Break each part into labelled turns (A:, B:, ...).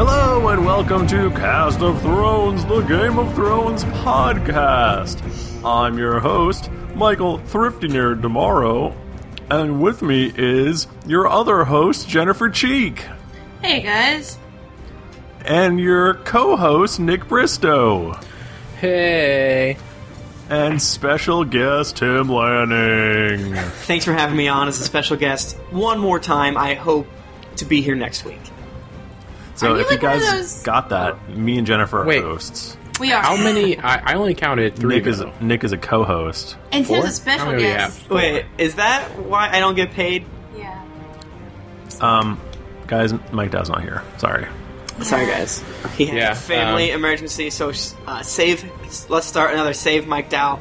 A: Hello and welcome to Cast of Thrones, the Game of Thrones podcast. I'm your host, Michael Thrifty Nerd Tomorrow, and with me is your other host, Jennifer Cheek,
B: Hey guys.
A: and your co host, Nick Bristow,
C: Hey.
A: and special guest, Tim Lanning.
D: Thanks for having me on as a special guest one more time. I hope to be here next week.
A: So
B: Are you
A: if you
B: like one of
A: guys
B: those-
A: got that, me and Jennifer are
C: Wait.
A: hosts.
B: We are.
C: How many? I, I only counted three.
A: Nick is,
C: though.
A: Nick is a co host.
B: And
C: Four?
B: Tim's a special
C: How many do we
B: guest.
C: have?
D: Wait, is that why I don't get paid?
B: Yeah.
A: Um, guys, Mike Dow's not here. Sorry.
D: Sorry, guys. He had
C: Yeah,
D: a family
C: um,
D: emergency, so uh, save. Let's start another Save Mike Dow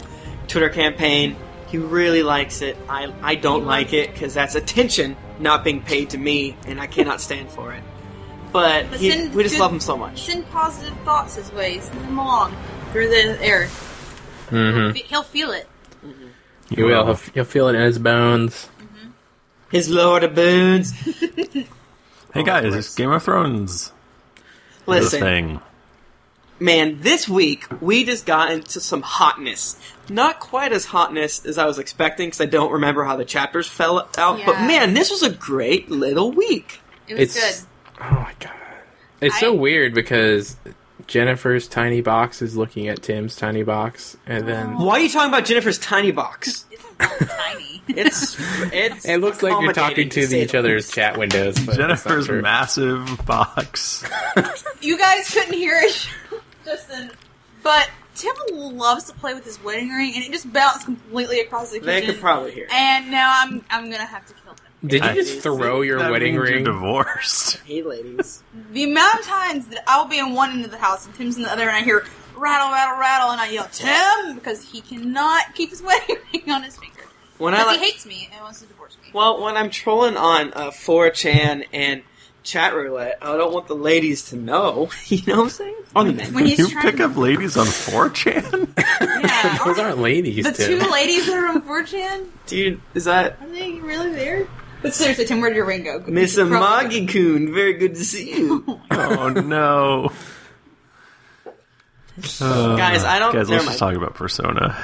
D: Twitter campaign. He really likes it. I, I don't like it because that's attention not being paid to me, and I cannot stand for it. But
B: But
D: he-
B: send
D: we just
B: good-
D: love him so much.
B: Send positive thoughts his way. Send them along through the air.
C: Mm-hmm.
B: He'll, fe- he'll feel it.
C: He will. He'll, he'll feel it in his bones.
D: His Lord of Boons.
C: Oh,
A: Hey guys, it's Game of Thrones this
D: Listen,
A: thing.
D: Man, this week we just got into some hotness. Not quite as hotness as I was expecting because I don't remember how the chapters fell out. But
B: Yeah.
D: man, this was a great little week.
B: It was
C: It's-
B: good.
C: Oh my god. It's so
B: I-
C: weird because Jennifer's tiny box is looking at Tim's tiny box, and then
B: Oh.
D: Why are you talking about Jennifer's tiny box?
B: It's tiny.
D: It's it's.
C: it looks like you're talking
D: accommodating,
C: to the,
D: say
C: each
D: the
C: other's
D: least.
C: chat windows. But that's not
A: Jennifer's
C: true.
A: massive box.
B: you guys couldn't hear it, Justin. But Tim loves to play with his wedding ring, and it just bounced completely across the kitchen.
D: They could probably hear.
B: and now I'm I'm gonna have to kill him.
C: Did
A: I
C: you just throw your
A: That
C: wedding
A: means
C: ring?
A: You're divorced.
D: Hey, ladies.
B: The amount of times that I'll be in one end of the house and Tim's in the other, and I hear rattle, rattle, rattle, and I yell Tim because he cannot keep his wedding ring on his finger.
D: When I
B: Because
D: like,
B: he hates me and wants to divorce me.
D: well, when I'm trolling on uh, 4chan and chat roulette, I don't want the ladies to know. You know what I'm saying? Or the men.
B: When he's
A: you
B: trying
A: pick
B: to,
A: up ladies on 4chan?
B: yeah,
C: Those
B: aren't
C: aren't ladies,
B: the two
C: Tim.
B: ladies that are on 4chan,
D: Dude, is that
B: are they really there? But seriously, Tim, where'd your ring go?
D: Miss
B: Probably-
D: Amagi Kun, very good to see you.
A: oh no. Uh,
D: Guys, I don't-
A: Guys, let's
D: Oh, never
A: just
D: mind.
A: talk about Persona.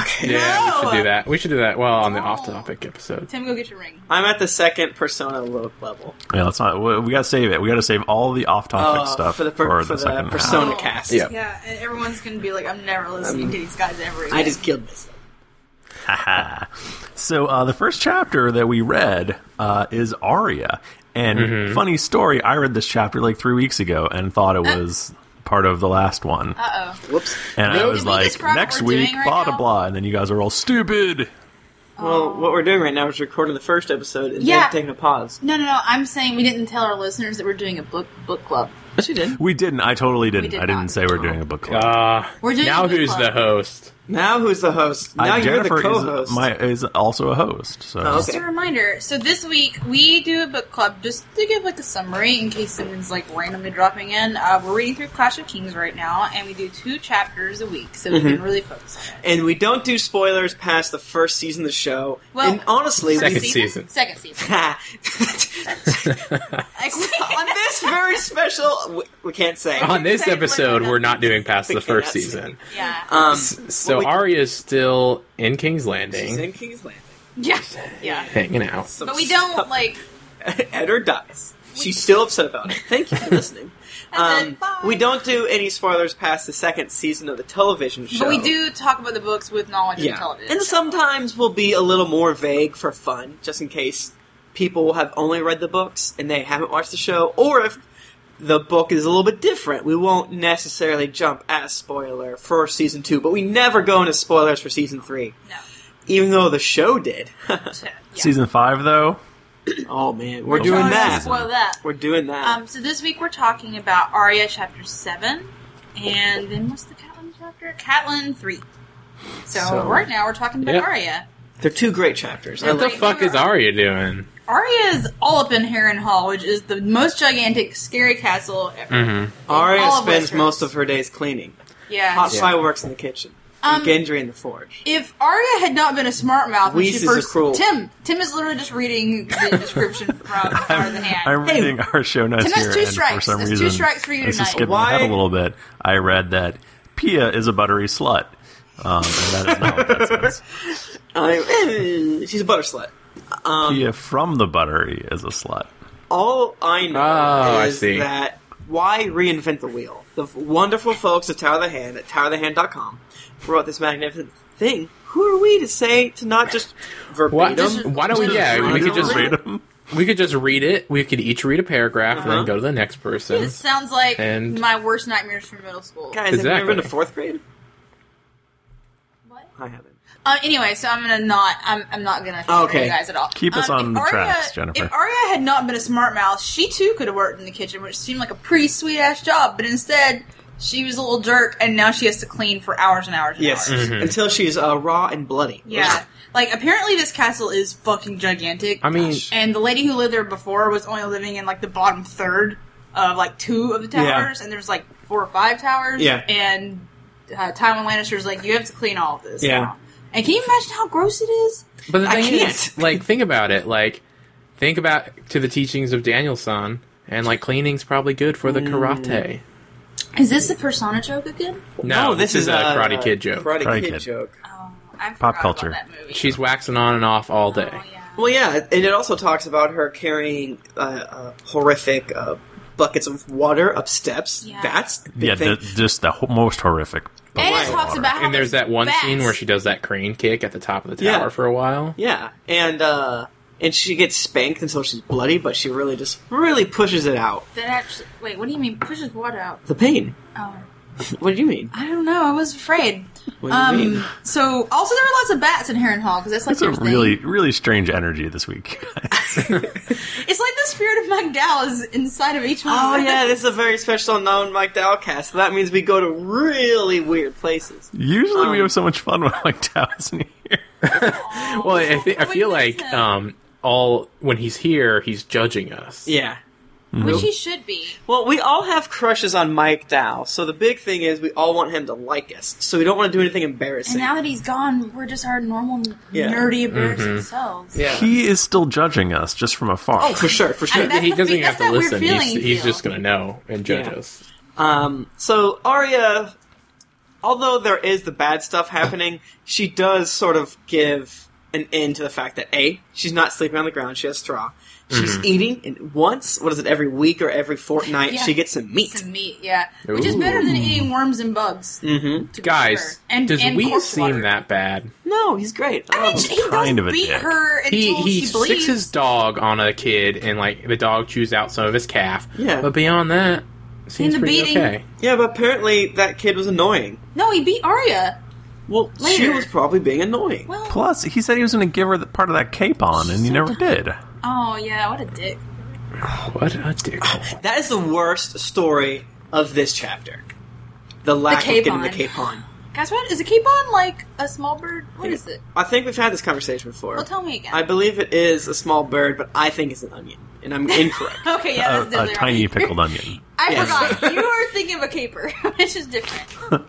D: okay.
C: yeah, we
B: No!
C: should do that. We should do that. Well, on the
B: No.
C: off-topic episode.
B: Tim, go get your ring.
D: I'm at the second Persona lo- level.
A: Yeah, let's not. We, we gotta save it. We gotta save all the off-topic
D: Uh,
A: stuff
D: for the per- for the
A: second half.
D: Persona. Sona cast.
C: Yeah.
B: Yeah, and everyone's gonna be like, I'm never listening to these guys ever again.
D: I just killed this.
A: Haha. so uh, the first chapter that we read uh, is Aria, and
D: Mm-hmm.
A: funny story. I read this chapter like three weeks ago and thought it was part of the last one,
B: Uh oh.
D: Whoops.
A: and I
C: Nope.
A: was
B: Did we
A: like,
B: describe what
A: next
B: we're
A: week,
B: doing right
A: blah blah
B: now?
A: blah, and then you guys are all stupid.
D: Well, what we're doing right now is recording the first episode and
B: Yeah.
D: then taking a pause.
B: No, no, no. I'm saying we didn't tell our listeners that we're doing a book book club.
D: But you did.
A: We didn't. I totally didn't.
B: did
A: I didn't
B: not.
A: say we're doing a book club.
C: Uh,
B: We're doing
C: now
B: a book
C: who's
B: club.
C: the host?
D: Now who's the host? Now
A: I-
D: you're the
A: Jennifer
D: co-host.
A: is my is also a host. So
D: Oh,
B: Just
D: okay.
B: a reminder. So this week we do a book club just to give like a summary in case someone's like randomly dropping in. Uh, we're reading through Clash of Kings right now, and we do two chapters a week, so we
D: Mm-hmm.
B: can really focus on it.
D: and we don't do spoilers past the first season of the show.
B: Well-
D: and honestly,
B: First
C: Second
D: we
C: season.
B: Second season. Like, we-
D: on this very special, we, we can't say.
C: on this
B: Second
C: episode,
B: one.
C: we're not doing past
D: We
C: the first
D: cannot
C: season.
B: Yeah.
D: Um,
C: So
D: Well, we-
C: Arya is still in King's Landing,
D: she's in King's Landing.
B: Yeah. Yeah.
C: hanging out.
D: Some
B: But we don't like.
D: Edder dies. She's still upset about it. Thank you for listening.
B: And then
D: Um,
B: bye.
D: we don't do any spoilers past the second season of the television show.
B: But we do talk about the books with knowledge of
D: Yeah.
B: television.
D: And sometimes we'll be a little more vague for fun, just in case people have only read the books and they haven't watched the show, or if the book is a little bit different. We won't necessarily jump at a spoiler for season two, but we never go into spoilers for season three,
B: no.
D: even though the show did.
B: Yeah.
A: season five though.
D: oh man, we're
A: We're
D: doing
B: Sorry,
D: that.
B: Spoil that.
D: We're doing that.
B: Um, so this week we're talking about Arya chapter seven, and then what's the Catelyn chapter? Catelyn three. So,
C: So-
B: right now we're talking about
C: Yeah.
B: Arya.
D: They're two great chapters. I
C: What the
D: love
B: Right.
C: fuck is Arya doing?
B: Arya is all up in Harrenhal, which is the most gigantic, scary castle ever.
C: Mm-hmm.
D: Arya
B: All of
D: spends
B: Westeros.
D: most of her days cleaning.
B: Yeah,
D: Hot
C: Yeah.
D: Fireworks works in the kitchen. and
B: Um,
D: Gendry in the Forge.
B: If Arya had not been a smart mouth when she
D: Whis is a
B: first
D: cruel-
B: Tim Tim is literally just reading the description from Power of the Hand.
A: I'm
D: Hey.
A: reading our show notes
B: Tim, that's
A: here,
B: two
A: and for
B: strikes.
A: some
B: That's two
A: reason,
B: strikes for you
A: this is
B: tonight.
A: skipping ahead
D: Why-
A: a little bit. I read that Pia is a buttery slut, um, and that is not what that says.
D: I, she's a butter slut. Um,
A: Pia from the buttery is a slut.
D: All I know
C: Oh, I
D: is
C: see.
D: that why reinvent the wheel? The wonderful folks at Tower of the Hand at towerofthehand.com brought this magnificent thing. Who are we to say to not just
C: Why,
D: verbatim?
C: why don't we? Yeah, we
D: Just
C: could just
D: read
C: read. We could just read it. We could each read a paragraph and
D: Uh-huh.
C: then go to the next person.
B: This sounds like
C: And-
B: my worst nightmares from middle school.
D: Guys, have you ever
C: Exactly.
D: been to fourth grade?
B: What?
D: I haven't.
B: Uh, anyway, so I'm gonna not. I'm, I'm not gonna shoot
D: Okay.
B: you guys at all. Um,
A: Keep us on
B: if
A: the tracks, Jennifer.
B: If Arya had not been a smart mouth, she too could have worked in the kitchen, which seemed like a pretty sweet ass job. But instead, she was a little jerk, and now she has to clean for hours and hours. And
D: Yes,
A: Mm-hmm.
B: hours.
C: Mm-hmm.
D: until she's uh, raw and bloody.
B: yeah. Like apparently, this castle is fucking gigantic.
C: I mean,
D: Gosh.
B: and the lady who lived there before was only living in like the bottom third of like two of the
D: Yeah.
B: towers, and there's like four or five towers.
D: Yeah.
B: and uh, Tywin Lannister's like, you have to clean all of this.
D: Yeah.
B: now." And can you imagine how gross it is?
C: but the
D: I
C: thing is,
D: can't.
C: like, think about it. Like, think about to the teachings of Danielson, and like, cleaning's probably good for
D: Mm.
C: the karate.
B: Is this the persona joke again?
C: No, this, is, a
D: uh,
C: Karate Kid joke.
D: Karate,
A: Karate
D: Kid,
A: Kid.
D: joke.
B: Oh, I
A: Pop
B: forgot
A: culture.
B: About that movie.
C: She's waxing on and off all
B: Oh,
C: day.
B: yeah.
D: Well, yeah, and it also talks about her carrying uh, uh, horrific uh, buckets of water up steps.
B: Yeah.
D: That's the big
A: Yeah,
D: thing.
A: the, just the ho- most horrific.
B: And
D: Why?
B: it talks about how
C: And there's that one
B: bats-
C: scene where she does that crane kick at the top of the
D: Yeah.
C: tower for a while.
D: yeah, and uh, and she gets spanked until she's bloody, but she really just really pushes it out.
B: that actually. Wait, what do you mean pushes what out?
D: The pain.
B: Oh,
D: What do you mean?
B: I don't know. I was afraid.
D: What do you
B: Um.
D: mean?
B: So also there were lots of bats in Heron Hall because that's like
A: It's a
B: their
A: really,
B: Thing.
A: really strange energy this week.
B: It's like the spirit of Magdal is inside of each one.
D: Oh yeah, this is a very special known Mike Dowcast. So that means we go to really weird places.
A: Usually we
D: Um,
A: have so much fun when Mike Dow isn't here.
C: Well, I, thi-
B: Why
C: I feel
B: would you
C: like
B: miss him?
C: um, all when he's here, he's judging us.
D: Yeah.
B: which he should be.
D: Well, we all have crushes on Mike Dow, so the big thing is we all want him to like us. So we don't want to do anything
B: And
D: embarrassing.
B: now that he's gone, we're just our normal
D: Yeah.
B: nerdy,
C: Mm-hmm.
B: embarrassing selves.
D: yeah.
A: He is still judging us just from afar.
D: for sure, for
B: I
D: sure.
B: mean, that's
C: he
B: the
C: doesn't
B: fe-
C: even
B: that's
C: have to
B: that weird
C: listen. He's,
B: feeling you
C: he's
B: feel.
C: just going to know and judge
D: Yeah.
C: us.
D: Um, so Arya, although there is the bad stuff happening, she does sort of give an end to the fact that a she's not sleeping on the ground; she has straw. She's eating, and once what is it? Every week or every fortnight,
B: Yeah.
D: she gets some meat.
B: some meat, yeah, which is better than eating worms and bugs.
D: hmm
B: to be
C: Guys,
B: sure. and
C: does
B: and
C: we
B: corpse
C: seem
B: water.
C: that bad?
D: No, he's great. I
B: I
D: love
B: mean,
D: him.
B: he
A: Kind
B: does
A: of a
B: beat
A: dick.
B: her until
C: He he
B: she bleeds.
C: sticks his dog on a kid, and like the dog chews out some of his calf.
D: Yeah.
C: But beyond that, seems
B: the
C: pretty
B: beating-
C: okay.
D: Yeah, but apparently that kid was annoying.
B: No, he beat Arya.
D: Well, she
B: Later.
D: was probably being annoying.
B: Well,
A: Plus, he said he was going to give her the, part of that cape on, and he never did.
B: oh yeah, what a dick.
C: Oh, What a dick.
D: That is the worst story of this chapter. The lack of
B: cape
D: getting the
B: on.
D: cape on.
B: Guys, what is a capon like a small bird? What is it?
D: I think we've had this conversation before.
B: Well, tell me again.
D: I believe it is a small bird, but I think it's an onion, and I'm incorrect.
B: okay, yeah,
A: A,
B: that's definitely
A: a
B: right.
A: tiny pickled onion.
B: I
D: Yes.
B: forgot. you are thinking of a caper, which is different.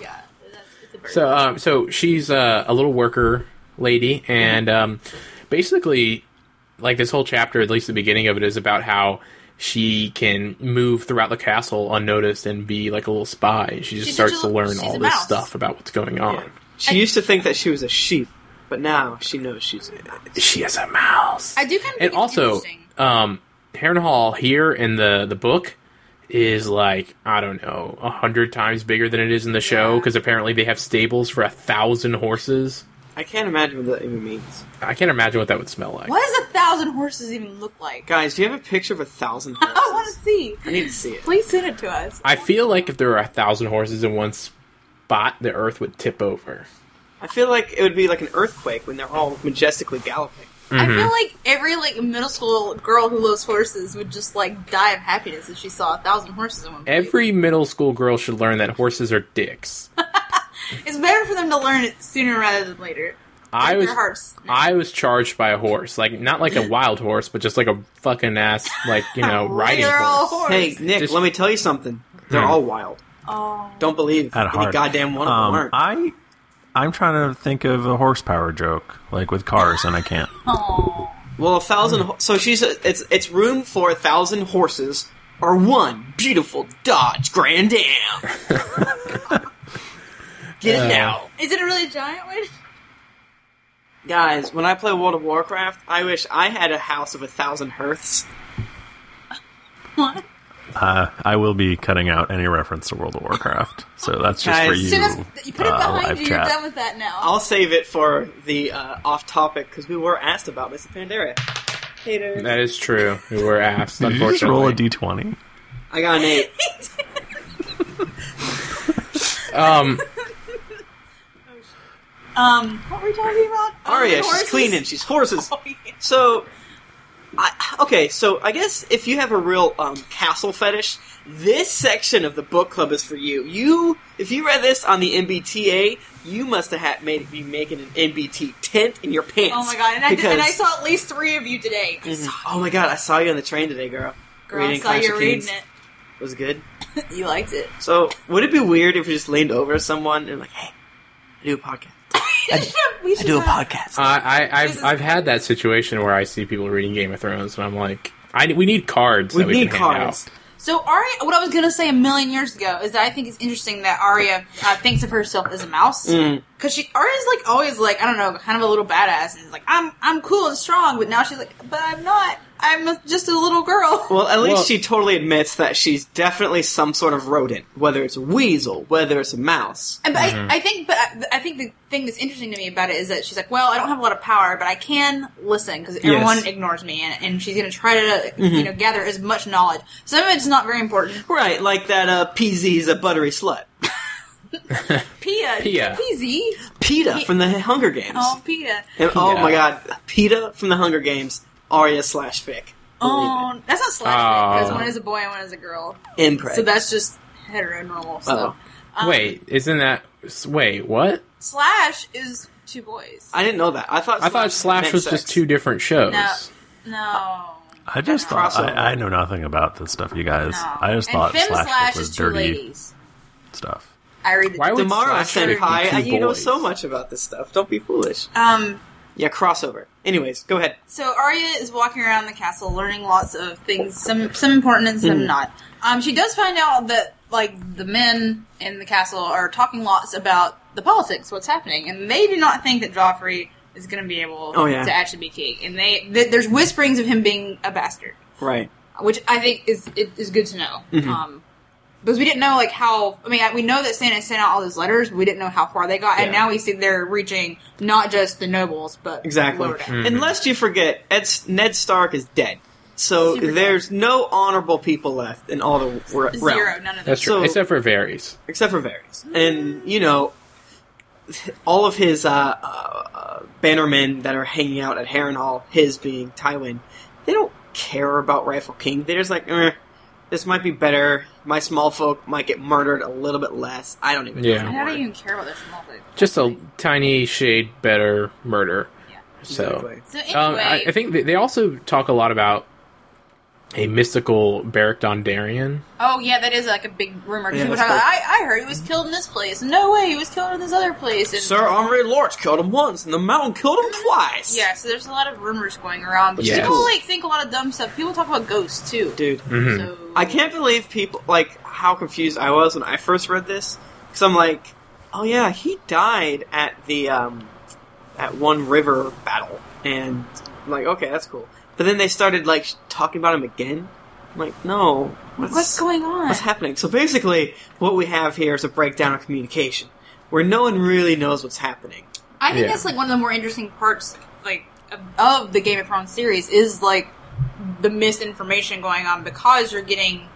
B: yeah, that's it's a bird.
C: So, um, so she's uh, a little worker lady, and um, basically, like this whole chapter, at least the beginning of it, is about how she can move throughout the castle unnoticed and be like a little spy. She just
B: She's
C: starts
B: such a-
C: to learn
B: she's
C: all
B: a
C: this
B: mouse.
C: stuff about what's going on.
D: She used to think that she was a sheep, but now she knows she's.
C: She is a mouse.
B: I do kind of think
C: and
B: it's
C: also,
B: interesting.
C: um, Heron Hall here in the the book is like I don't know a hundred times bigger than it is in the show
B: Yeah.
C: because apparently they have stables for a thousand horses.
D: I can't imagine what that even means.
C: I can't imagine what that would smell like.
B: what does a thousand horses even look like?
D: Guys, do you have a picture of a thousand horses?
B: I want to see.
D: I need to see it.
B: Please send it to us.
C: I feel like if there were a thousand horses in one spot, the earth would tip over.
D: I feel like it would be like an earthquake when they're all majestically galloping.
B: I feel like every like middle school girl who loves horses would just like die of happiness if she saw a thousand horses in one. place.
C: Every middle school girl should learn that horses are dicks.
B: it's better for them to learn it sooner rather than later.
C: I
B: Break
C: was
B: their hearts.
C: I was charged by a horse, like not like a wild horse, but just like a fucking ass, like you know, riding
B: Regular old
C: horse.
B: horse.
D: Hey, Nick,
C: Just-
D: let me tell you something. They're all wild.
B: Oh.
D: Don't believe
A: Hmm. At
D: any
A: heart.
D: goddamn one of them
A: Um,
D: aren't.
A: I I'm trying to think of a horsepower joke, like with cars, and I can't.
B: Oh,
D: Well, a thousand. ho- So she's it's it's room for a thousand horses or one beautiful Dodge Grand Am. Get it now,
B: is it a really giant one?
D: guys. When I play World of Warcraft, I wish I had a house of a thousand hearths.
B: What?
A: Uh, I will be cutting out any reference to World of Warcraft, so that's just for
D: Guys.
A: you.
B: So that's, you put it
A: uh,
B: behind
A: live
B: you.
A: chat.
B: You're done with that now.
D: I'll save it for the uh, off-topic because we were asked about Mr. Pandera. Hater.
C: That is true. We were asked,
A: Did you
C: unfortunately.
A: just roll a d20?
D: I got an eight.
C: um,
B: um, what were we talking about?
D: Aria,
B: Um,
D: she's
B: horses?
D: cleaning. She's horses.
B: Oh, yeah.
D: So, I, okay, so I guess if you have a real um, castle fetish, this section of the book club is for you. You, if you read this on the MBTA, you must have had made be making an MBT tent in your pants.
B: Oh my god! And I, did,
D: because-
B: and I saw at least three of you today. I saw,
D: Mhm. Oh my god! I saw you on the train today, girl.
B: girl, I
D: reading
B: saw
D: Clash
B: you
D: of
B: reading
D: Kings. It was good.
B: it. You liked it.
D: So, would it be weird if you just leaned over someone and like, hey, I do a podcast.
B: we
D: I
B: should
D: do a
B: stop.
D: podcast.
C: I, I,
B: This is-
C: I've, I've had that situation where I see people reading Game of Thrones, and I'm like, I, we need cards.
D: we
C: that we
D: need
C: can hand
D: cards.
C: out.
B: So Arya, what I was gonna say a million years ago is that I think it's interesting that Arya uh, thinks of herself as a mouse
D: Mm.
B: because she Arya's like always like I don't know, kind of a little badass and is like I'm I'm cool and strong, but now she's like, but I'm not. I'm a- just a little girl.
D: Well, at least
C: Well-
D: she totally admits that she's definitely some sort of rodent, whether it's a weasel, whether it's a mouse.
B: And but
C: Mm-hmm.
B: I, I think, but I, I think the thing that's interesting to me about it is that she's like, well, I don't have a lot of power, but I can listen because everyone ignores me, and, and she's going to try to,
C: Mm-hmm.
B: you know, gather as much knowledge. Some of it's not very important.
D: Right, like that uh, PZ's a buttery slut.
B: Pia,
C: Pia.
B: PZ,
D: PETA
B: He-
D: from the Hunger Games.
B: oh Pia,
D: And- oh
C: PETA.
D: my god, PETA from the Hunger Games, Arya slash Vic. Believe
B: oh that's not slash because
C: Oh.
B: one is a boy and one is a girl,
D: it. Impreg.
B: so that's just heteronormal. So
D: Oh.
B: um,
C: Wait, isn't that. s- Wait, what?
B: slash is two boys.
D: I didn't know that. I thought
C: I thought Slash
D: meant
C: was
D: sex.
C: just two different shows.
B: No. no.
A: I just
B: No.
A: thought
D: Crossover.
A: I, I know nothing about this stuff, you guys.
B: No.
A: I just
B: and
A: thought
B: Fem
A: slash,
B: slash
A: Dick was
B: is two
A: dirty
B: ladies.
A: stuff.
B: I read.
C: Why would
D: Tomorrow,
C: Slash Dick be
D: Senpai,
C: two
D: I- you know
C: boys?
D: so much about this stuff. Don't be foolish.
B: um.
D: Yeah, crossover. Anyways, go ahead.
B: So Arya is walking around the castle, learning lots of things, some some important and
D: Hmm.
B: some not. Um, she does find out that like the men in the castle are talking lots about the politics, what's happening, and they do not think that Joffrey is going to be able
D: Oh, yeah.
B: to actually be king. And they th- there's whisperings of him being a bastard,
D: Right.
B: which I think is it, is good to know.
D: Mm-hmm.
B: Um, because we didn't know like how I mean I- we know that Santa sent out all those letters, but we didn't know how far they got, and
D: Yeah.
B: now we see they're reaching not just the nobles, but
D: Exactly.
B: lower down.
C: Hmm.
D: Unless you forget, Ed, Ned Stark is dead. So
B: Super dead.
D: there's no honorable people left in all the re- realm.
B: zero, none of them.
C: That's true.
D: So-
C: Except for Varys.
D: except for Varys. And you know, all of his uh, uh, uh, bannermen that are hanging out at Harrenhal, his being Tywin, they don't care about Rifle King. They're just like, eh, this might be better. My small folk might get murdered a little bit less. I don't even
C: Yeah.
D: know.
B: And How do you
D: anymore.
B: even care about their small food?
C: Just a tiny shade better murder.
B: Yeah.
C: So.
D: Exactly.
B: So anyway,
C: Um, I, I think they, they also talk a lot about a mystical Beric Dondarrion.
B: oh yeah, that is like a big rumor. 'cause
D: Yeah,
B: people
D: that's
B: talk- I, I heard he was killed in this place. No way, he was killed in this other place. And,
D: Sir Omri Lorch killed him once, and the mountain killed him twice.
B: Yeah, so there's a lot of rumors going around. But
C: Yes.
B: people
D: Cool.
B: like think a lot of dumb stuff. People talk about ghosts too.
D: Dude,
C: Mhm.
B: So
D: Hmm. I can't believe people like how confused I was when I first read this because I'm like, oh yeah, he died at the um, at one river battle, and I'm like, okay, that's cool. But then they started like sh- talking about him again. I'm like, no, what's,
B: What's going on?
D: What's happening? So basically, what we have here is a breakdown of communication where no one really knows what's happening.
B: I think
C: Yeah.
B: that's like one of the more interesting parts, like of, of the Game of Thrones series, is like the misinformation going on because you're getting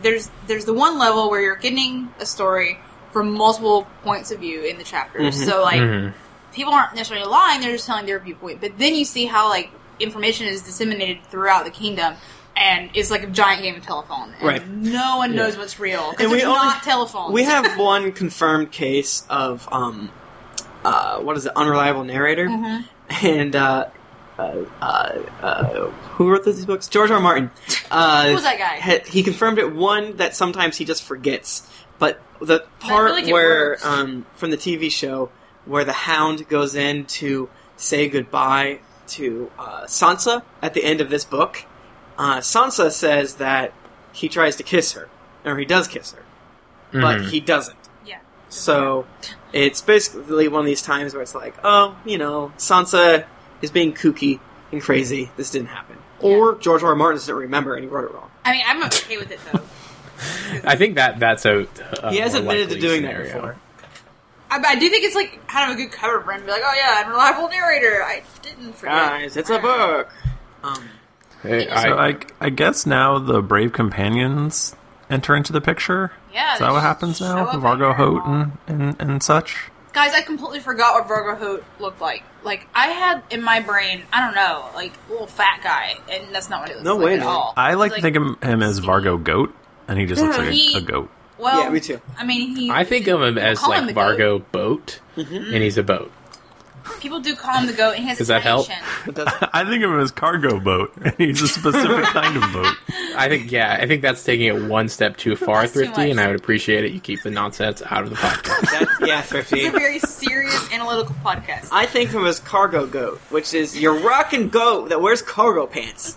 B: there's there's the one level where you're getting a story from multiple points of view in the chapters.
D: Mhm.
B: So like
C: Mhm.
B: people aren't necessarily lying; they're just telling their viewpoint. But then you see how like information is disseminated throughout the kingdom. And it's like a giant game of telephone, and
D: Right.
B: no one
C: Yeah.
B: knows what's real
D: And
B: because
D: we
B: it's
D: only-
B: not telephones.
D: We have one confirmed case of um, uh, what is it? Unreliable narrator.
B: Mhm.
D: and uh, uh, uh, uh, who wrote these books? George R. R. Martin. Uh,
B: Who was that guy?
D: had- he confirmed it. One that sometimes he just forgets, but the part
B: like it
D: where
B: works.
D: um, from the TV show where the Hound goes in to say goodbye to uh, Sansa at the end of this book. Uh, Sansa says that he tries to kiss her, or he does kiss her, but he doesn't.
B: Yeah.
D: So it's basically one of these times where it's like, oh, you know, Sansa is being kooky and crazy. This didn't happen. Or George R. R. Martin doesn't remember and he wrote it wrong.
B: I mean, I'm okay with it though.
C: I think that that's a. a
D: he has
C: more
D: admitted to
C: Uh, likely
D: doing
C: scenario.
D: that before.
B: I, I do think it's like kind of a good cover brand. Be like, oh yeah, I'm a reliable narrator. I didn't forget.
D: Guys, it's a book. Um,
C: Hey,
A: So
C: I,
A: I, I guess now the brave companions enter into the picture.
B: Yeah,
A: is
B: they
A: that what
B: just
A: happens
B: show
A: now?
B: up
A: Vargo
B: everywhere.
A: Hoat and, and, and such.
B: Guys, I completely forgot what Virgo Hoat looked like. Like I had in my brain, I don't know, like a little fat guy, and that's not what it looks
D: No
B: like
D: way,
B: at
D: man.
B: all.
A: I like,
B: It's
A: to think of him as Vargo Goat, and he just looks
D: Yeah,
A: like
B: he-
A: a, a goat.
B: Well,
D: Yeah, me too.
B: I mean, he.
C: I think of him
B: people
C: as
B: call him
C: like
B: the
C: Vargo boat,
D: Mm-hmm.
C: and he's a boat.
B: goat. People do call him the goat, and he has
C: Does
B: a
C: that
B: tiny
C: help?
B: chin.
D: it does-
A: I think of him as Cargo Boat, and he's a specific kind of boat.
C: I think yeah, I think that's taking it one step too far,
B: That's too
C: Thrifty,
B: much.
C: and I would appreciate it. You keep the nonsense out of the podcast.
D: that, yeah,
B: It's
D: thrifty.
B: a very serious analytical podcast.
D: I think of him as cargo goat, which is your rockin' goat that wears cargo pants.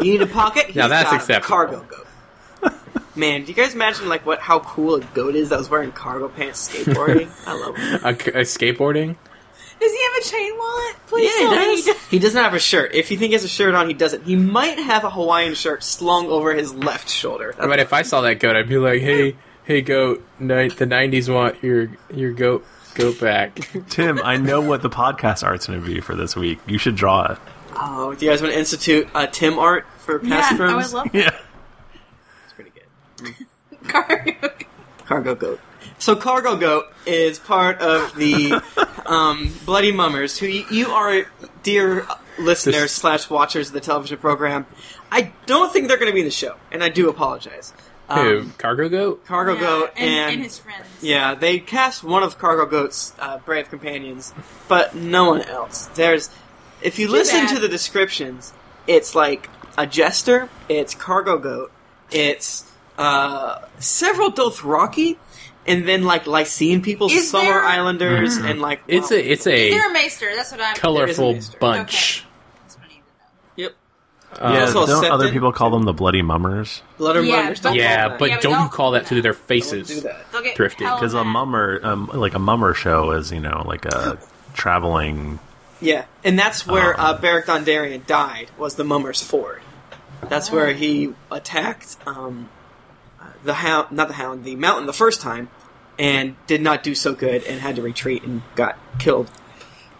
D: You need a pocket? He's
C: Now that's
D: got a
C: acceptable.
D: Cargo goat. Man, do you guys imagine like what how cool a goat is that was wearing cargo pants skateboarding? I love it.
C: a, a Uh, skateboarding?
B: Does he have a chain wallet? Please
D: Yeah,
B: tell me
D: he
B: he does.
D: does. He doesn't have a shirt. If you think he has a shirt on, he doesn't. He might have a Hawaiian shirt slung over his left shoulder.
C: I mean, if I saw that goat, I'd be like, "Hey, hey, goat! Ni- the '90s want your your goat goat back."
A: Tim, I know what the podcast art's going to be for this week. You should draw it.
D: Oh, do you guys want to institute uh, Tim art for
B: Yeah,
D: past
B: I
D: rooms?
B: would love
A: Yeah.
D: It's pretty good.
B: Cargo.
D: Cargo Goat. So Cargo Goat is part of the um, Bloody Mummers, who you, you are, dear listeners
C: This-
D: slash watchers of the television program. I don't think they're going to be in the show, and I do apologize. Um,
C: Who? Cargo goat?
D: Cargo
B: Yeah,
D: Goat
B: and,
D: and,
B: his friends.
D: yeah, they cast one of Cargo Goat's uh, brave companions, but no one else. There's, if you listen
B: bad.
D: to the descriptions, it's like a jester, it's Cargo Goat, it's uh, several Dothraki, and then like Lycian people,
B: Is
D: Summer
B: there-
D: Islanders, and like
C: It's
D: wow.
C: a
B: Is
C: it's a
B: there a maester? That's what I'm.
C: colorful
D: mystery.
C: bunch.
B: That's what I need to
D: yep.
A: yeah,
D: also
A: don't other
D: accepted.
A: people call them the Bloody Mummers?
D: Blood or
B: Yeah,
D: Mummers,
B: don't
D: don't
C: Yeah,
D: call that.
C: but
B: Yeah, but
C: don't you
B: don't-
C: call that to their
D: don't
C: faces?
D: do that.
B: know. They'll get
C: Thrifty.
B: hell
A: Because a
B: mad.
A: mummer, um, like a mummer show, is you know like a traveling.
D: Yeah, and that's where
A: Um.
D: uh, Beric Dondarrion died. Was the Mummers Ford? That's where he attacked um, uh, the hound, not the hound, the mountain the first time, and did not do so good and had to retreat and got killed.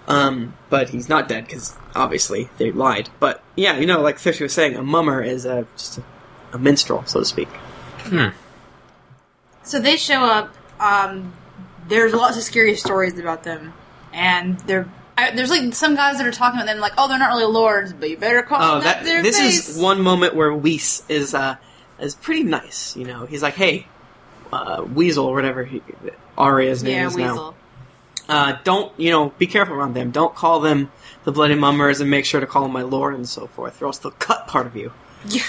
D: Um, but he's not dead because obviously they lied. But yeah, you know, like Fisher was saying, a mummer is a just a, a minstrel, so to speak.
B: So they show up. Um, there's lots of scary stories about them, and they're I, there's like some guys that are talking about them like, oh, they're not really lords, but you better call
D: Oh,
B: them that.
D: that
B: their
D: this
B: face.
D: is one moment where Weiss is uh, is pretty nice. You know, he's like, "Hey, uh, Weasel, whatever he, Arya's name
B: yeah,
D: is now.
B: weasel.
D: Uh, don't you know? Be careful around them. Don't call them the Bloody Mummers, and make sure to call them my lord and so forth, or else they'll cut part of you."
B: Yeah,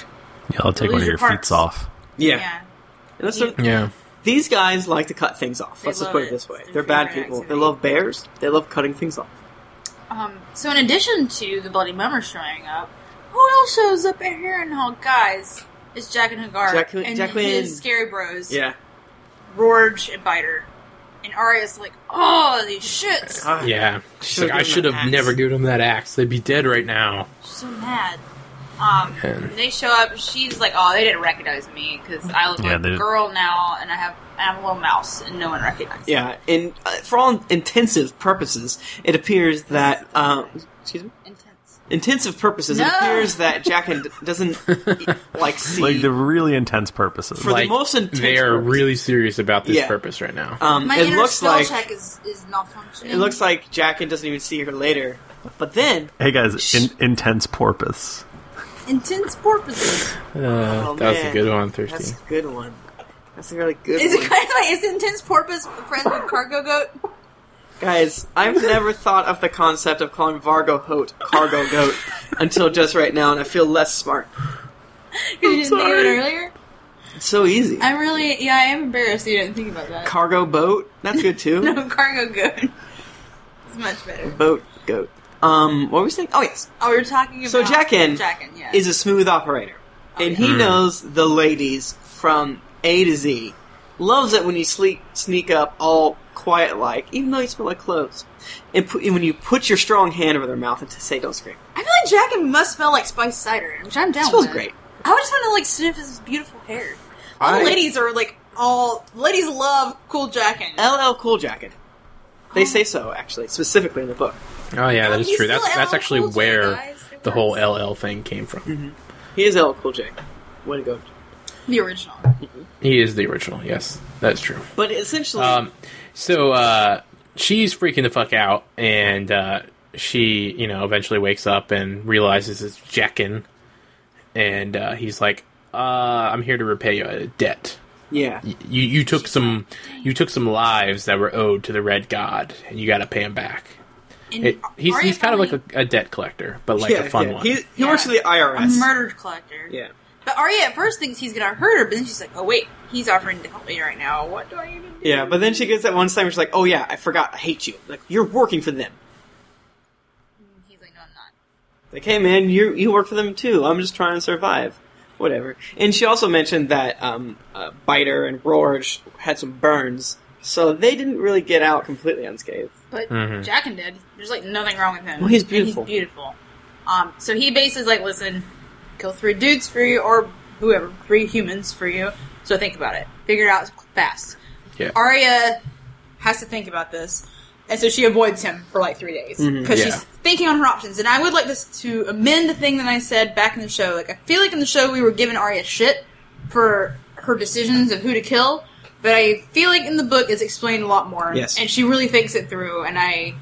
A: Yeah, I'll take one of
B: Lose
A: your
B: your parts.
A: feet off.
D: Yeah.
B: yeah.
D: And that's the-
C: Yeah.
D: these guys like to cut things off.
B: They
D: Let's just
B: love
D: put it,
B: it.
D: this way:
B: It's
D: they're
B: their
D: bad
B: favorite
D: people. They
B: activity.
D: love bears. They love cutting things off.
B: Um, so in addition to the bloody mummer showing up, who else shows up at Harrenhal? Guys, it's Jack and Hagar
D: Jack-
B: and
D: Jacqueline.
B: his scary bros.
D: Yeah.
B: Rorge and Biter. And Arya's like, oh, these shits.
D: Ah,
C: Yeah. She's like,
D: Should've
C: I
D: given
C: should
D: them
C: have
D: axe.
C: never given them that axe. They'd be dead right now.
B: so mad. Um,
C: And-
B: they show up. She's like, "Oh, they didn't recognize me because I look
A: Yeah,
B: like
A: they-
B: a girl now, and I have I'm a little mouse, and no one recognizes." me.
D: Yeah. And uh, for all intensive purposes, it appears that um, excuse me.
B: Intense.
D: intensive purposes, it
B: No.
D: appears that Jack and doesn't like see.
A: Like the really intense purposes.
D: For the
C: like
D: most intense
C: they are
D: purpose.
C: really serious about this
D: Yeah.
C: purpose right now.
D: um,
B: My
D: it
B: inner
D: looks
B: spell
D: like
B: check is is malfunctioning.
D: it looks like Jack and doesn't even see her later. But then,
A: hey guys, in, intense porpoise.
B: intense porpoises.
C: Uh,
D: oh,
C: that was a
D: man.
C: good one,
D: That's
C: Thirsty.
D: a good one. That's a really good
B: Is it
D: one,
B: kind of like is intense porpoise friends with cargo goat?
D: guys. I've never thought of the concept of calling Vargo Hoat Cargo Goat until just right now, and I feel less smart.
B: Because you didn't think of it
A: sorry.
B: earlier.
D: It's so easy.
B: I'm really yeah. I am embarrassed you didn't think about that.
D: Cargo boat. That's good too.
B: no cargo goat. It's much better.
D: Boat goat. Um, what were we saying? Oh yes,
B: Oh, we were talking about
D: So Jackin,
B: Jackin, yeah.
D: is a smooth operator, and
C: Mm.
D: he knows the ladies from A to Z. Loves it when you sleep, sneak up all quiet like, even though you smell like cloves. And, pu- and when you put your strong hand over their mouth and to say, "Don't scream,"
B: I feel like Jackin must smell like spiced cider, which I'm down.
D: it smells
B: with.
D: great.
B: I would just want to like sniff his beautiful hair. All
C: I-
B: the ladies are like all ladies love cool Jackin.
D: LL Cool Jacket. They say so actually, specifically in the book.
C: Oh yeah, that is
B: He's
C: true. That's
B: still
C: that's
B: LL
C: actually
B: Cool J,
C: where
B: guys. It
C: the whole
B: works.
C: LL thing came
D: Mm-hmm.
C: from.
D: He is LL Cool J. Way to go!
B: The original.
C: He is the original. Yes, that's true.
D: But essentially,
C: Um, so uh, she's freaking the fuck out, and uh, she, you know, eventually wakes up and realizes it's Jackin, and uh, he's like, uh, "I'm here to repay you a debt.
D: yeah,
C: You you took some you took some lives that were owed to the Red God, and you got to pay him back."
B: And
C: It, he's
B: Arya
C: he's kind of like
B: Fellini-
C: a, a debt collector, but like
D: yeah,
C: a fun
D: yeah.
C: one.
D: He, he works for the
B: a
D: IRS.
B: murdered collector.
D: yeah.
B: But Arya at first thinks he's gonna hurt her, but then she's like, "Oh wait, he's offering to help me right now. What do I need to do?"
D: Yeah, but then she gets that one time where she's like, "Oh yeah, I forgot. I hate you. Like you're working for them.
B: He's like, "No, I'm not."
D: Like hey man, you you work for them too. I'm just trying to survive. Whatever." And she also mentioned that um, uh, Biter and Rorge had some burns, so they didn't really get out completely unscathed.
B: But
C: Mhm.
B: Jackin did. There's like nothing wrong with him.
D: Well, he's
B: And
D: beautiful.
B: he's beautiful. Um, so he basically is like, "Listen, kill three dudes for you, or whoever, three humans for you. So think about it. Figure it out fast."
C: yeah.
B: Arya has to think about this, and so she avoids him for like three days because she's
C: Mm-hmm. Yeah.
B: thinking on her options. And I would like this to amend the thing that I said back in the show. Like I feel like in the show we were giving Arya shit for her decisions of who to kill, but I feel like in the book it's explained a lot more.
D: Yes.
B: and she really thinks it through, and I.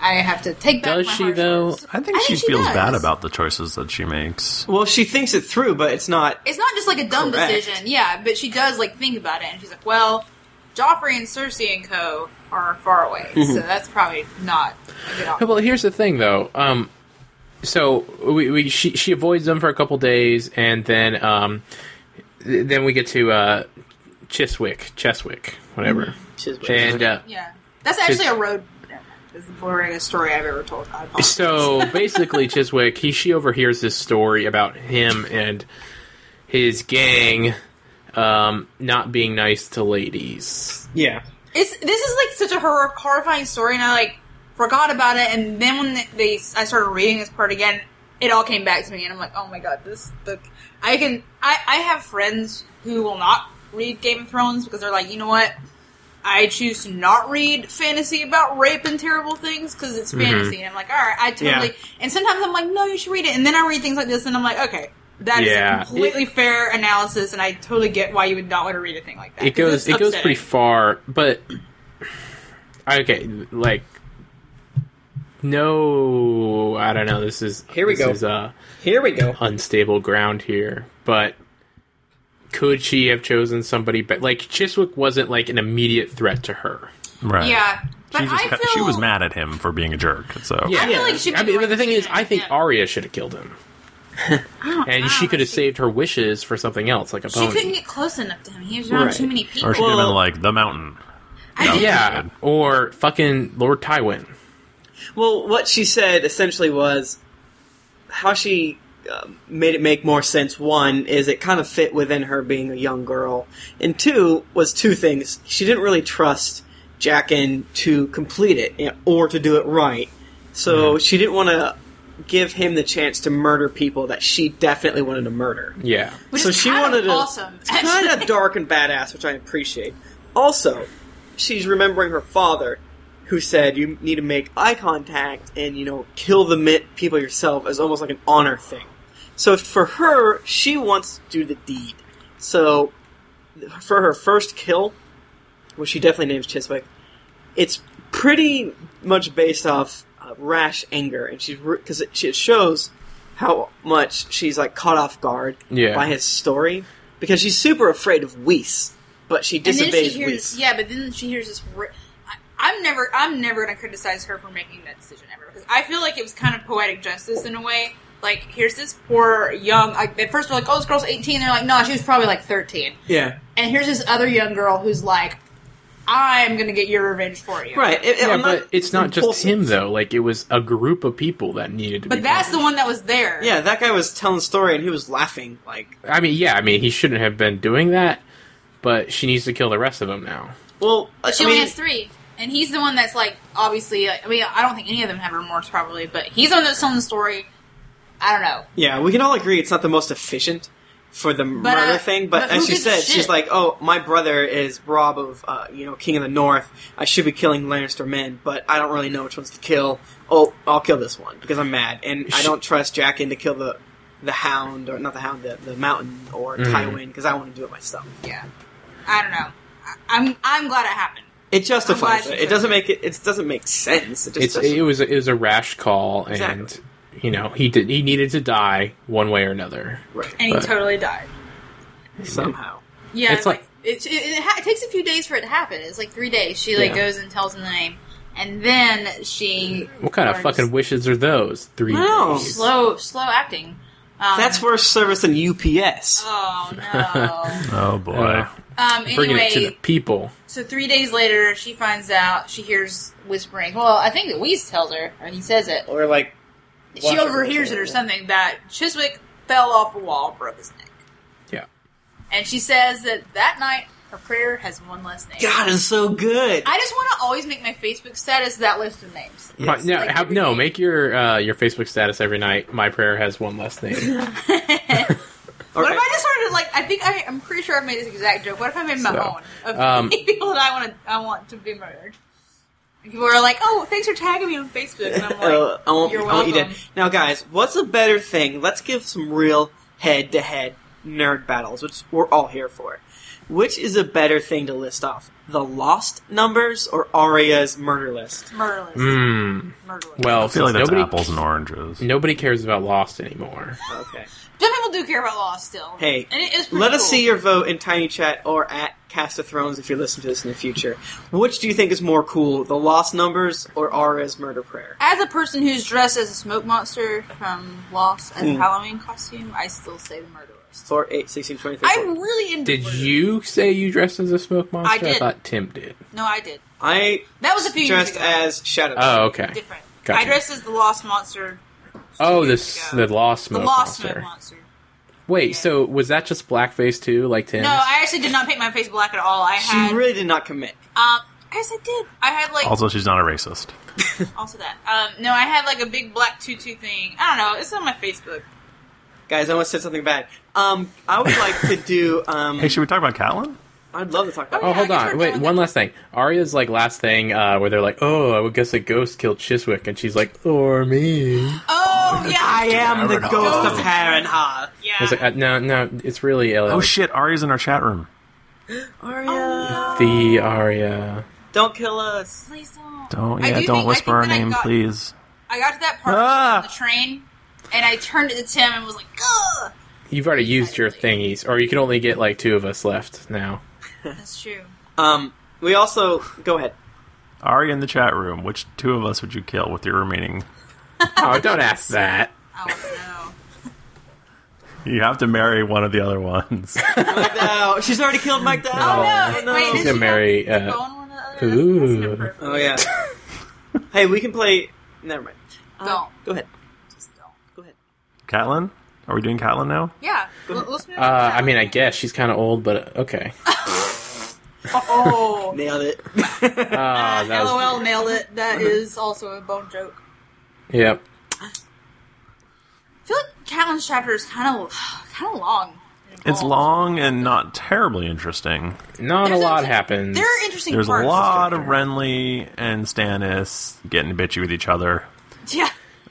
B: I have to take back.
C: Does
B: my
C: she,
B: harsh
C: though?
B: words.
A: I think she,
B: she
A: feels
B: does.
A: bad about the choices that she makes.
D: Well, she thinks it through, but it's not.
B: It's not just like a dumb
D: Correct.
B: decision, yeah. But she does like think about it, and she's like, "Well, Joffrey and Cersei and Co. are far away, so that's probably not a good option."
C: Well, here's the thing, though. Um, so we, we she she avoids them for a couple days, and then um, th- then we get to uh, Chiswick, Cheswick, whatever,
D: Mm-hmm.
C: and uh,
B: Yeah, that's actually
C: She's-
B: a road. It's the boringest story I've ever told. I apologize.
C: so basically, Chiswick he she overhears this story about him and his gang um, not being nice to ladies.
D: yeah,
B: it's this is like such a horror, horrifying story, and I like forgot about it, and then when they I started reading this part again, it all came back to me, and I'm like, oh my god, this book. I can I I have friends who will not read Game of Thrones because they're like, you know what. I choose to not read fantasy about rape and terrible things because it's
C: Mm-hmm.
B: fantasy, and I'm like, all right, I totally. And sometimes I'm like, no, you should read it, and then I read things like this, and I'm like, okay, that is
C: Yeah.
B: a completely fair analysis, and I totally get why you would not want to read a thing like that.
C: It
B: 'cause
C: goes
B: it's
C: it goes
B: upsetting.
C: pretty far, but okay, like no, I don't know. This is
D: Here we
C: this
D: go.
C: Is, uh,
D: here we go.
C: unstable ground here, but could she have chosen somebody? But like Chiswick wasn't like an immediate threat to her.
A: Right.
B: Yeah, but
A: She, just
B: I
A: ca-
B: feel
A: she was mad at him for being a jerk. So
B: I feel like she.
C: I mean, but the thing is,
B: Yeah. Oh,
C: I think Arya should have killed him, and she
B: know,
C: could have
B: she-
C: saved her wishes for something else, like a
B: she couldn't
C: pony.
B: get close enough to him. He was around
D: Right.
B: too many people.
A: or she could have
D: Well-
A: been like the mountain.
B: I think-
C: Yeah, or fucking Lord Tywin.
D: Well, what she said essentially was how she um, made it make more sense. One is it kind of fit within her being a young girl, and two was two things. She didn't really trust Jackin to complete it you know, or to do it right, so she didn't want to give him the chance to murder people that she definitely wanted to murder.
C: Yeah,
B: which
D: so
B: is
D: she
B: kind
D: wanted
B: of
D: to,
B: awesome.
D: It's kind of dark and badass, which I appreciate. Also, she's remembering her father, who said you need to make eye contact and you know kill the mi- people yourself as almost like an honor thing. So for her, she wants to do the deed. So for her first kill, which she definitely names Chiswick, it's pretty much based off uh, rash anger, and she's because it, she- it shows how much she's like caught off guard
C: Yeah.
D: by his story because she's super afraid of Weiss, but she
B: and then she
D: disobeys
B: hears,
D: Weiss.
B: yeah, but then she hears this. Ri- I, I'm never, I'm never going to criticize her for making that decision ever because I feel like it was kind of poetic justice in a way. Like, here's this poor young. Like, at first, we're like, "Oh, this girl's 18." They're like, "No, she was probably like 13."
D: Yeah.
B: And here's this other young girl who's like, I'm gonna get your revenge for you.
D: Right. it- it-
C: Yeah,
D: I'm
C: but
D: not
C: it's not just
D: impulsive.
C: him though. Like it was a group of people that needed to. be
B: But that's the
C: punished.
B: one that was there.
D: Yeah, that guy was telling the story and he was laughing. Like,
C: I mean, yeah. I mean, he shouldn't have been doing that. But she needs to kill the rest of them now.
D: well, I
B: She only
D: mean,
B: has three. And he's the one that's like, obviously, like, I mean, I don't think any of them have remorse probably, but he's the one that's telling the story. I don't know.
D: yeah, we can all agree it's not the most efficient for the murder
B: uh,
D: thing. But,
B: but
D: as
B: who
D: she
B: gives a
D: said, she's
B: shit?
D: like, "Oh, my brother is Rob of uh, you know King of the North. I should be killing Lannister men, but I don't really know which ones to kill. Oh, I'll kill this one because I'm mad, and I
C: She-
D: don't trust Jackin to kill the the Hound or not the Hound, the, the Mountain or
C: Mm.
D: Tywin because I want to do it myself.
B: Yeah. I don't know. I, I'm, I'm glad it happened.
D: It justifies
B: glad
D: it.
B: she
D: It doesn't make it. It doesn't make sense. It just
C: It's
D: doesn't.
C: it was it was a rash call, and
D: Exactly.
C: you know he did he needed to die one way or another.
D: right.
B: And he
C: Right.
B: totally died.
D: somehow.
B: Yeah,
C: It's
B: it's like,
C: like-
B: it, it, it, ha- it takes a few days for it to happen. It's like three days. She like
C: Yeah.
B: goes and tells him the name, and then she
C: What kind of
B: learns
C: fucking wishes are those? Three
D: No.
C: days.
B: slow slow acting. Um,
D: That's worse service than UPS.
B: Oh no.
A: Oh boy.
C: Uh,
B: um,
C: bringing it to the
B: anyway,
C: people.
B: so three days later, she finds out. She hears whispering. Well, I think that Weiss tells her, and he says it.
D: Or like
B: She overhears it or something that Chiswick fell off a wall, and broke his neck,
C: Yeah.
B: and she says that that night her prayer has one less name.
D: God is so good.
B: I just want to always make my Facebook status that list of names.
C: My, no,
B: Like
C: have,
B: every
C: no.
B: day.
C: Make your uh, your Facebook status every night. My prayer has one less name.
D: Or-
B: What if I just started like I think I I'm pretty sure I've made this exact joke. What if I made my
C: So,
B: own of
C: um,
B: people that I want to I want to be murdered? And People are like, oh, thanks for tagging me on Facebook, and I'm like,
D: Uh, I won't,
B: you're
D: I won't eat it.
B: welcome.
D: Now, guys, what's a better thing? Let's give some real head-to-head nerd battles, which we're all here for. Which is a better thing to list off? The lost numbers or Arya's murder list?
B: murderless,
C: Hmm.
B: murderless.
C: Well,
A: I feel like
C: since
A: that's
C: nobody
A: apples and oranges.
C: nobody cares about Lost anymore.
D: Okay.
B: some people do care about law still.
D: Hey,
B: and it is pretty
D: Let us
B: cool.
D: see your vote in Tiny Chat or at Cast of Thrones if you listen to this in the future. Which do you think is more cool, the lost numbers or Arya's murder prayer?
B: As a person who's dressed as a smoke monster from Lost as a
D: Mm.
B: Halloween costume, I still say the murderless.
D: 4, 8, 16, 23.
B: I'm really into.
C: Did
B: murderers.
C: you say you dressed as a smoke monster?
B: did.
C: thought Tim did.
B: No, I did.
D: I
B: That was a few
D: dressed
B: years ago.
D: as Shadow.
C: Oh, okay.
B: different.
C: Gotcha.
B: I dressed as the lost monster.
C: Oh,
B: two
C: this
B: years ago.
C: the Lost
B: the
C: smoke
B: lost
C: monster.
B: smoke monster.
C: Wait,
B: Yeah.
C: so was that just blackface too, like Tim?
B: No, I actually did not paint my face black at all. I
D: she
B: had,
D: really did not commit.
B: um, yes, I did. I had like also,
A: Also, she's not a racist.
B: that. Um, no, I had like a big black tutu thing. I don't know. It's on my Facebook.
D: Guys, I almost said something bad. Um, I would like to do. Um,
A: Hey, should we talk about Catelyn?
D: I'd love to talk about.
B: yeah,
C: Oh,
B: I
C: hold
B: guess
C: on.
B: we're
C: Wait,
B: going
C: one
B: there.
C: last thing. Arya's like last thing uh, where they're like, "Oh, I would guess a ghost killed Chiswick," and she's like, "Or me."
B: Oh yeah,
D: I am the
A: Harrenhal.
D: ghost of Harrenhal.
B: yeah.
C: I was like, uh, "No, no, it's really uh,
A: Oh shit, Arya's in our chat room.
D: Arya,
B: Oh,
C: the Arya."
D: don't kill us.
B: Please don't.
A: Don't
B: I
A: yeah,
B: do
A: don't
B: think- I
A: whisper
B: think
A: our
B: that I
A: name,
B: got-
A: please.
B: I got to that part
A: Ah!
B: on the train, and I turned it to Tim and was like, "Ugh."
C: You've already used your thingies, or you can only get like two of us left now.
B: That's true.
D: Um, we also go ahead.
A: Arya in the chat room. Which two of us would you kill with your remaining?
C: oh, don't ask that.
B: I don't know.
A: You have to marry one of the other ones.
D: Mike Dow. She's already killed Mike Dow.
B: Oh,
C: Oh,
B: no. Wait, did
C: She's gonna
B: she
C: marry,
B: have
C: uh,
B: the phone one another? That's-
C: ooh.
B: that's inappropriate.
D: Oh yeah. hey, we can play. Never mind. Uh,
B: Don't.
D: Go ahead.
B: Just don't.
D: Go ahead.
A: Catelyn? Are we doing Catelyn now?
B: Yeah. Let- let's move
C: Uh,
B: on to that
C: I mean,
B: one.
C: I guess she's kind of old, but uh, okay.
B: Oh.
D: Nailed it.
C: Uh, that was-
B: LOL, nailed it. That is also a bone joke.
C: Yep.
B: I feel like Catelyn's chapter is kind of kind of long.
A: It's
D: Oh.
A: long and not terribly interesting.
C: Not
B: There's
C: a lot
B: actually-
C: happens.
B: There are interesting
A: There's a
B: parts.
A: lot of Renly and Stannis getting bitchy with each other.
B: Yeah.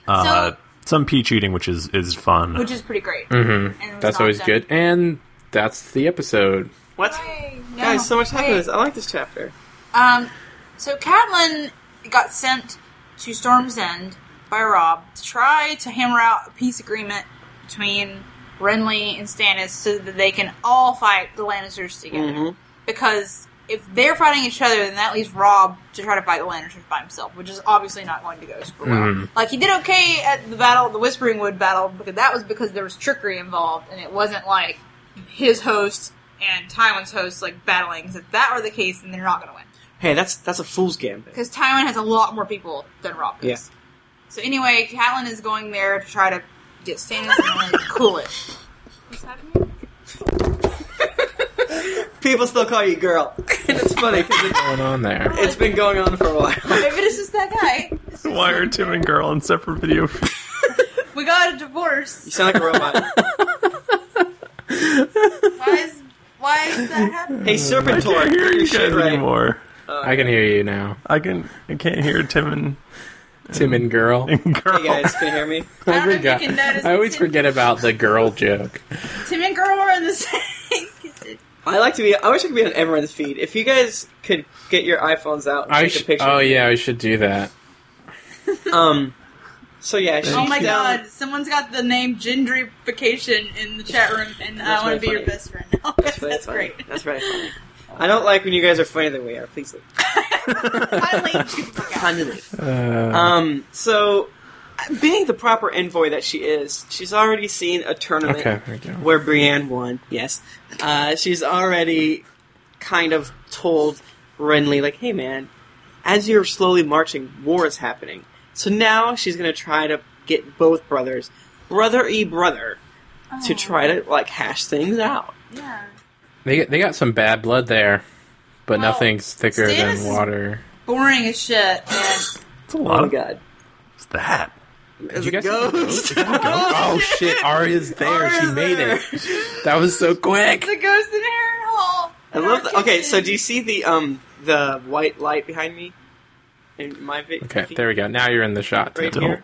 A: Uh,
B: so,
A: some peach eating, which is is fun.
B: which is pretty great. And it was
C: Mm-hmm. That's
B: not
C: always
B: done.
C: good, and that's the episode.
D: What?
B: Yay, no.
D: Guys, so much happened. to
B: Wait.
D: this. I like this chapter.
B: Um, so Catelyn got sent to Storm's End by Rob to try to hammer out a peace agreement between Renly and Stannis so that they can all fight the Lannisters together.
D: Mhm.
B: Because if they're fighting each other, then that leaves Rob to try to fight the Lannisters by himself, which is obviously not going to go super well.
C: Mhm.
B: Like he did okay at the battle, the Whispering Wood battle, because that was because there was trickery involved, and it wasn't like his host and Tywin's host like battling. 'cause if that were the case, then they're not going to win.
D: Hey, that's that's a fool's gambit.
B: because Tywin has a lot more people than Rob does.
D: Yeah.
B: So anyway, Catelyn is going there to try to get Stannis and then cool it. What's happening?
D: People still call you girl, and it's funny because it,
C: going on there?
D: it's been going on for a while.
B: Maybe it's just that guy.
A: Why are Tim and Girl on separate video feeds?
B: We got a
D: You
B: divorce.
D: sound like a robot.
B: Why is why is that happening?
D: Hey,
A: I
D: Serpentor,
A: can't hear
D: get
A: you
D: your shit
A: guys
D: right.
A: anymore.
B: Uh,
C: I can hear you now,
A: I can. I can't hear Tim
C: Tim and girl.
A: and Girl.
D: Hey guys, can you hear me?
B: I don't know if
C: forgot-
B: you can notice
C: I always
B: Tim-
C: forget about the girl joke.
B: Tim and girl are in the same.
D: I like to be. I wish I could be on everyone's feed. If you guys could get your iPhones out, and
C: I
D: take a
C: sh-
D: picture.
C: oh yeah, I should do that.
D: Um. So yeah, she's
B: Oh my
D: down-
B: god, someone's got the name gendrification in the chat room, and
D: That's
B: I want
D: really
B: to be your
D: funny.
B: best friend now.
D: That's,
B: That's,
D: really funny.
B: great.
D: That's really funny. I don't like when you guys are funnier than we are. Please leave.
B: Finally, you can work out.
D: Kindly leave.
C: Uh,
D: Um. So, being the proper envoy that she is, she's already seen a tournament
C: okay, there we go.
D: where Brienne won. Yes. Uh, she's already kind of told Renly, like, hey man, as you're slowly marching, war is happening. So now she's gonna try to get both brothers, brother e brother, to try to like hash things out.
B: Yeah.
C: They they got some bad blood there, but
B: Well,
C: nothing's thicker
B: Stannis
C: than
B: is-
C: water.
B: Boring as shit. And
A: It's a
D: Oh
A: lot
D: my
A: of
D: god.
A: What's that?
D: As
C: you
D: a
C: guys see the
D: ghost.
C: Oh shit, Arya's there.
D: Arya's
C: she made
D: there.
C: it. That was so quick.
B: the ghost in Heron Hall.
D: I
B: in
D: love
B: our
D: that. Okay,
B: kitchen.
D: so do you see the um the white light behind me? In my video.
C: Okay, there we go. Now you're in the shot. Tim.
D: Right
A: Don't
D: here.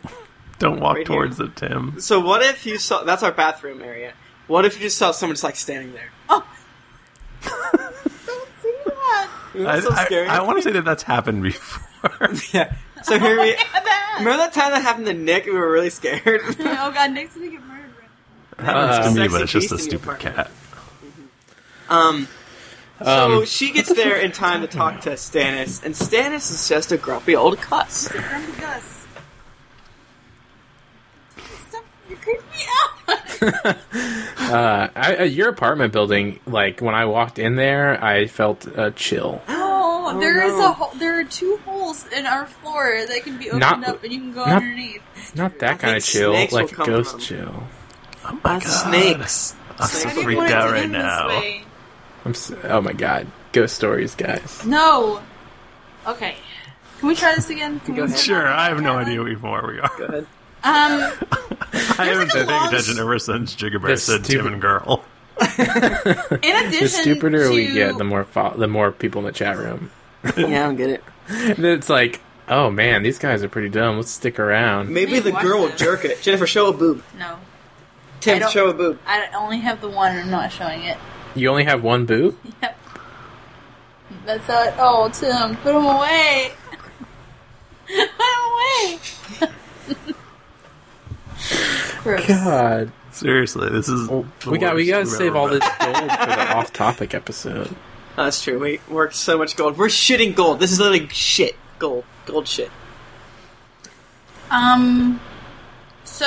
A: don't walk
D: Right here.
A: towards it, Tim.
D: So what if you saw that's our bathroom area. What if you just saw someone just like standing there?
B: Oh. Don't see that.
D: Isn't that
A: I,
D: so scary?
A: want to say that that's happened before.
D: yeah. So here we
B: Look at that.
D: remember that time that happened to Nick. We were really scared.
B: Oh god, Nick's gonna get murdered.
A: It happens to me,
D: Uh, Sexy
A: but it's just a
D: beast in your
A: stupid cat.
D: um. So
C: Um,
D: she gets there in time to talk to Stannis, and Stannis is just a grumpy old cuss.
B: The grumpy Gus. Stop! You creep me out.
C: uh, I, uh, your apartment building, like when I walked in there, I felt a chill.
B: Oh, there is
D: no.
B: a hole. There are two holes in our floor that can be opened
C: Not-
B: up, and you can go
C: not-
B: underneath.
C: Not
D: I
C: that kind of
D: think
C: chill,
D: snakes will
C: like
D: come
C: ghost
D: from-
C: chill.
A: Oh my god.
D: Snakes.
A: I'm
D: Snakes.
A: so
D: How do you
A: freaked
B: want it to
A: out right
B: end this
A: now.
B: way?
C: I'm s oh my god, ghost stories, guys.
B: No. Okay. Can we try this again? Can
D: Go
B: we
D: ahead.
A: Sure, I have no idea what more we are.
D: Go ahead.
B: Um,
A: I haven't
B: like a
A: been paying
B: long
A: attention
B: s-
A: ever since Jigabert
C: This
A: said Tim
C: stupid-
A: and Girl.
B: in
C: The
B: addition,
C: stupider
B: to,
C: we get, the more fo- the more people in the chat room.
D: Yeah, I don't get it.
C: And it's like, oh man, these guys are pretty dumb. Let's stick around.
D: Maybe
B: Maybe
D: the
B: watch
D: girl will
B: this.
D: jerk it. Jennifer, show a boob.
B: no, I
D: Tim,
B: don't-
D: show a boob.
B: I only have the one. I'm not showing it.
C: You only have one boot.
B: Yep. That's how it. Oh, Tim, put him away. put him away. Gross.
C: God,
A: Seriously, this is the
C: Oh, we got we
A: worst
C: gotta
A: we've
C: save
A: ever
C: all
A: been.
C: this gold for the off-topic episode.
D: Oh, that's true. We worked so much gold. We're shitting gold. This is literally shit. Gold. Gold shit.
B: Um. So.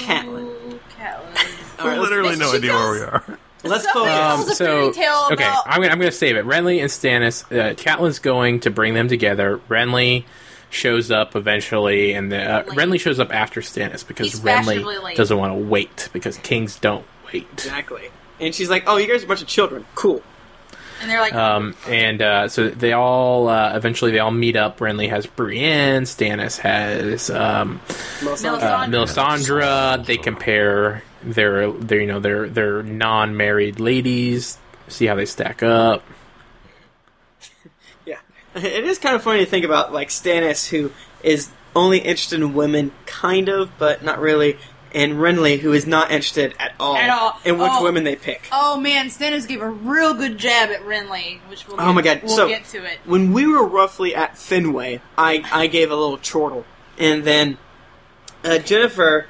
D: Catelyn.
B: Catelyn.
D: All right, let's-
A: Literally
B: She
A: no idea where
B: tells-
A: we are.
D: let's
B: Somebody
D: focus.
B: else-
C: Um,
B: It's a
C: so
B: fairy tale
C: okay,
B: about-
C: I'm gonna, I'm gonna save it. Renly and Stannis. Uh, Catelyn's going to bring them together. Renly shows up eventually, and the, uh,
B: Late.
C: Renly shows up after Stannis because
B: He's fashionably
C: Renly
B: late.
C: doesn't want to wait because kings don't wait.
D: Exactly. And she's like, "Oh, you guys are a bunch of children. Cool."
B: And they're like,
C: Um, and uh, so they all uh, eventually they all meet up. Renly has Brienne. Stannis has um,
D: Melissa.
B: Melissa.
C: uh, Melisandre. They compare their their you know their their non married ladies. See how they stack up.
D: Yeah. It is kind of funny to think about, like, Stannis, who is only interested in women, kind of, but not really, and Renly, who is not interested at all,
B: At all.
D: in which
B: Oh.
D: women they pick.
B: Oh man, Stannis gave a real good jab at Renly, which we'll
D: Oh my
B: get-
D: god.
B: we'll
D: so,
B: get to it.
D: when we were roughly at Fenway, I, I gave a little chortle. And then uh, Jennifer,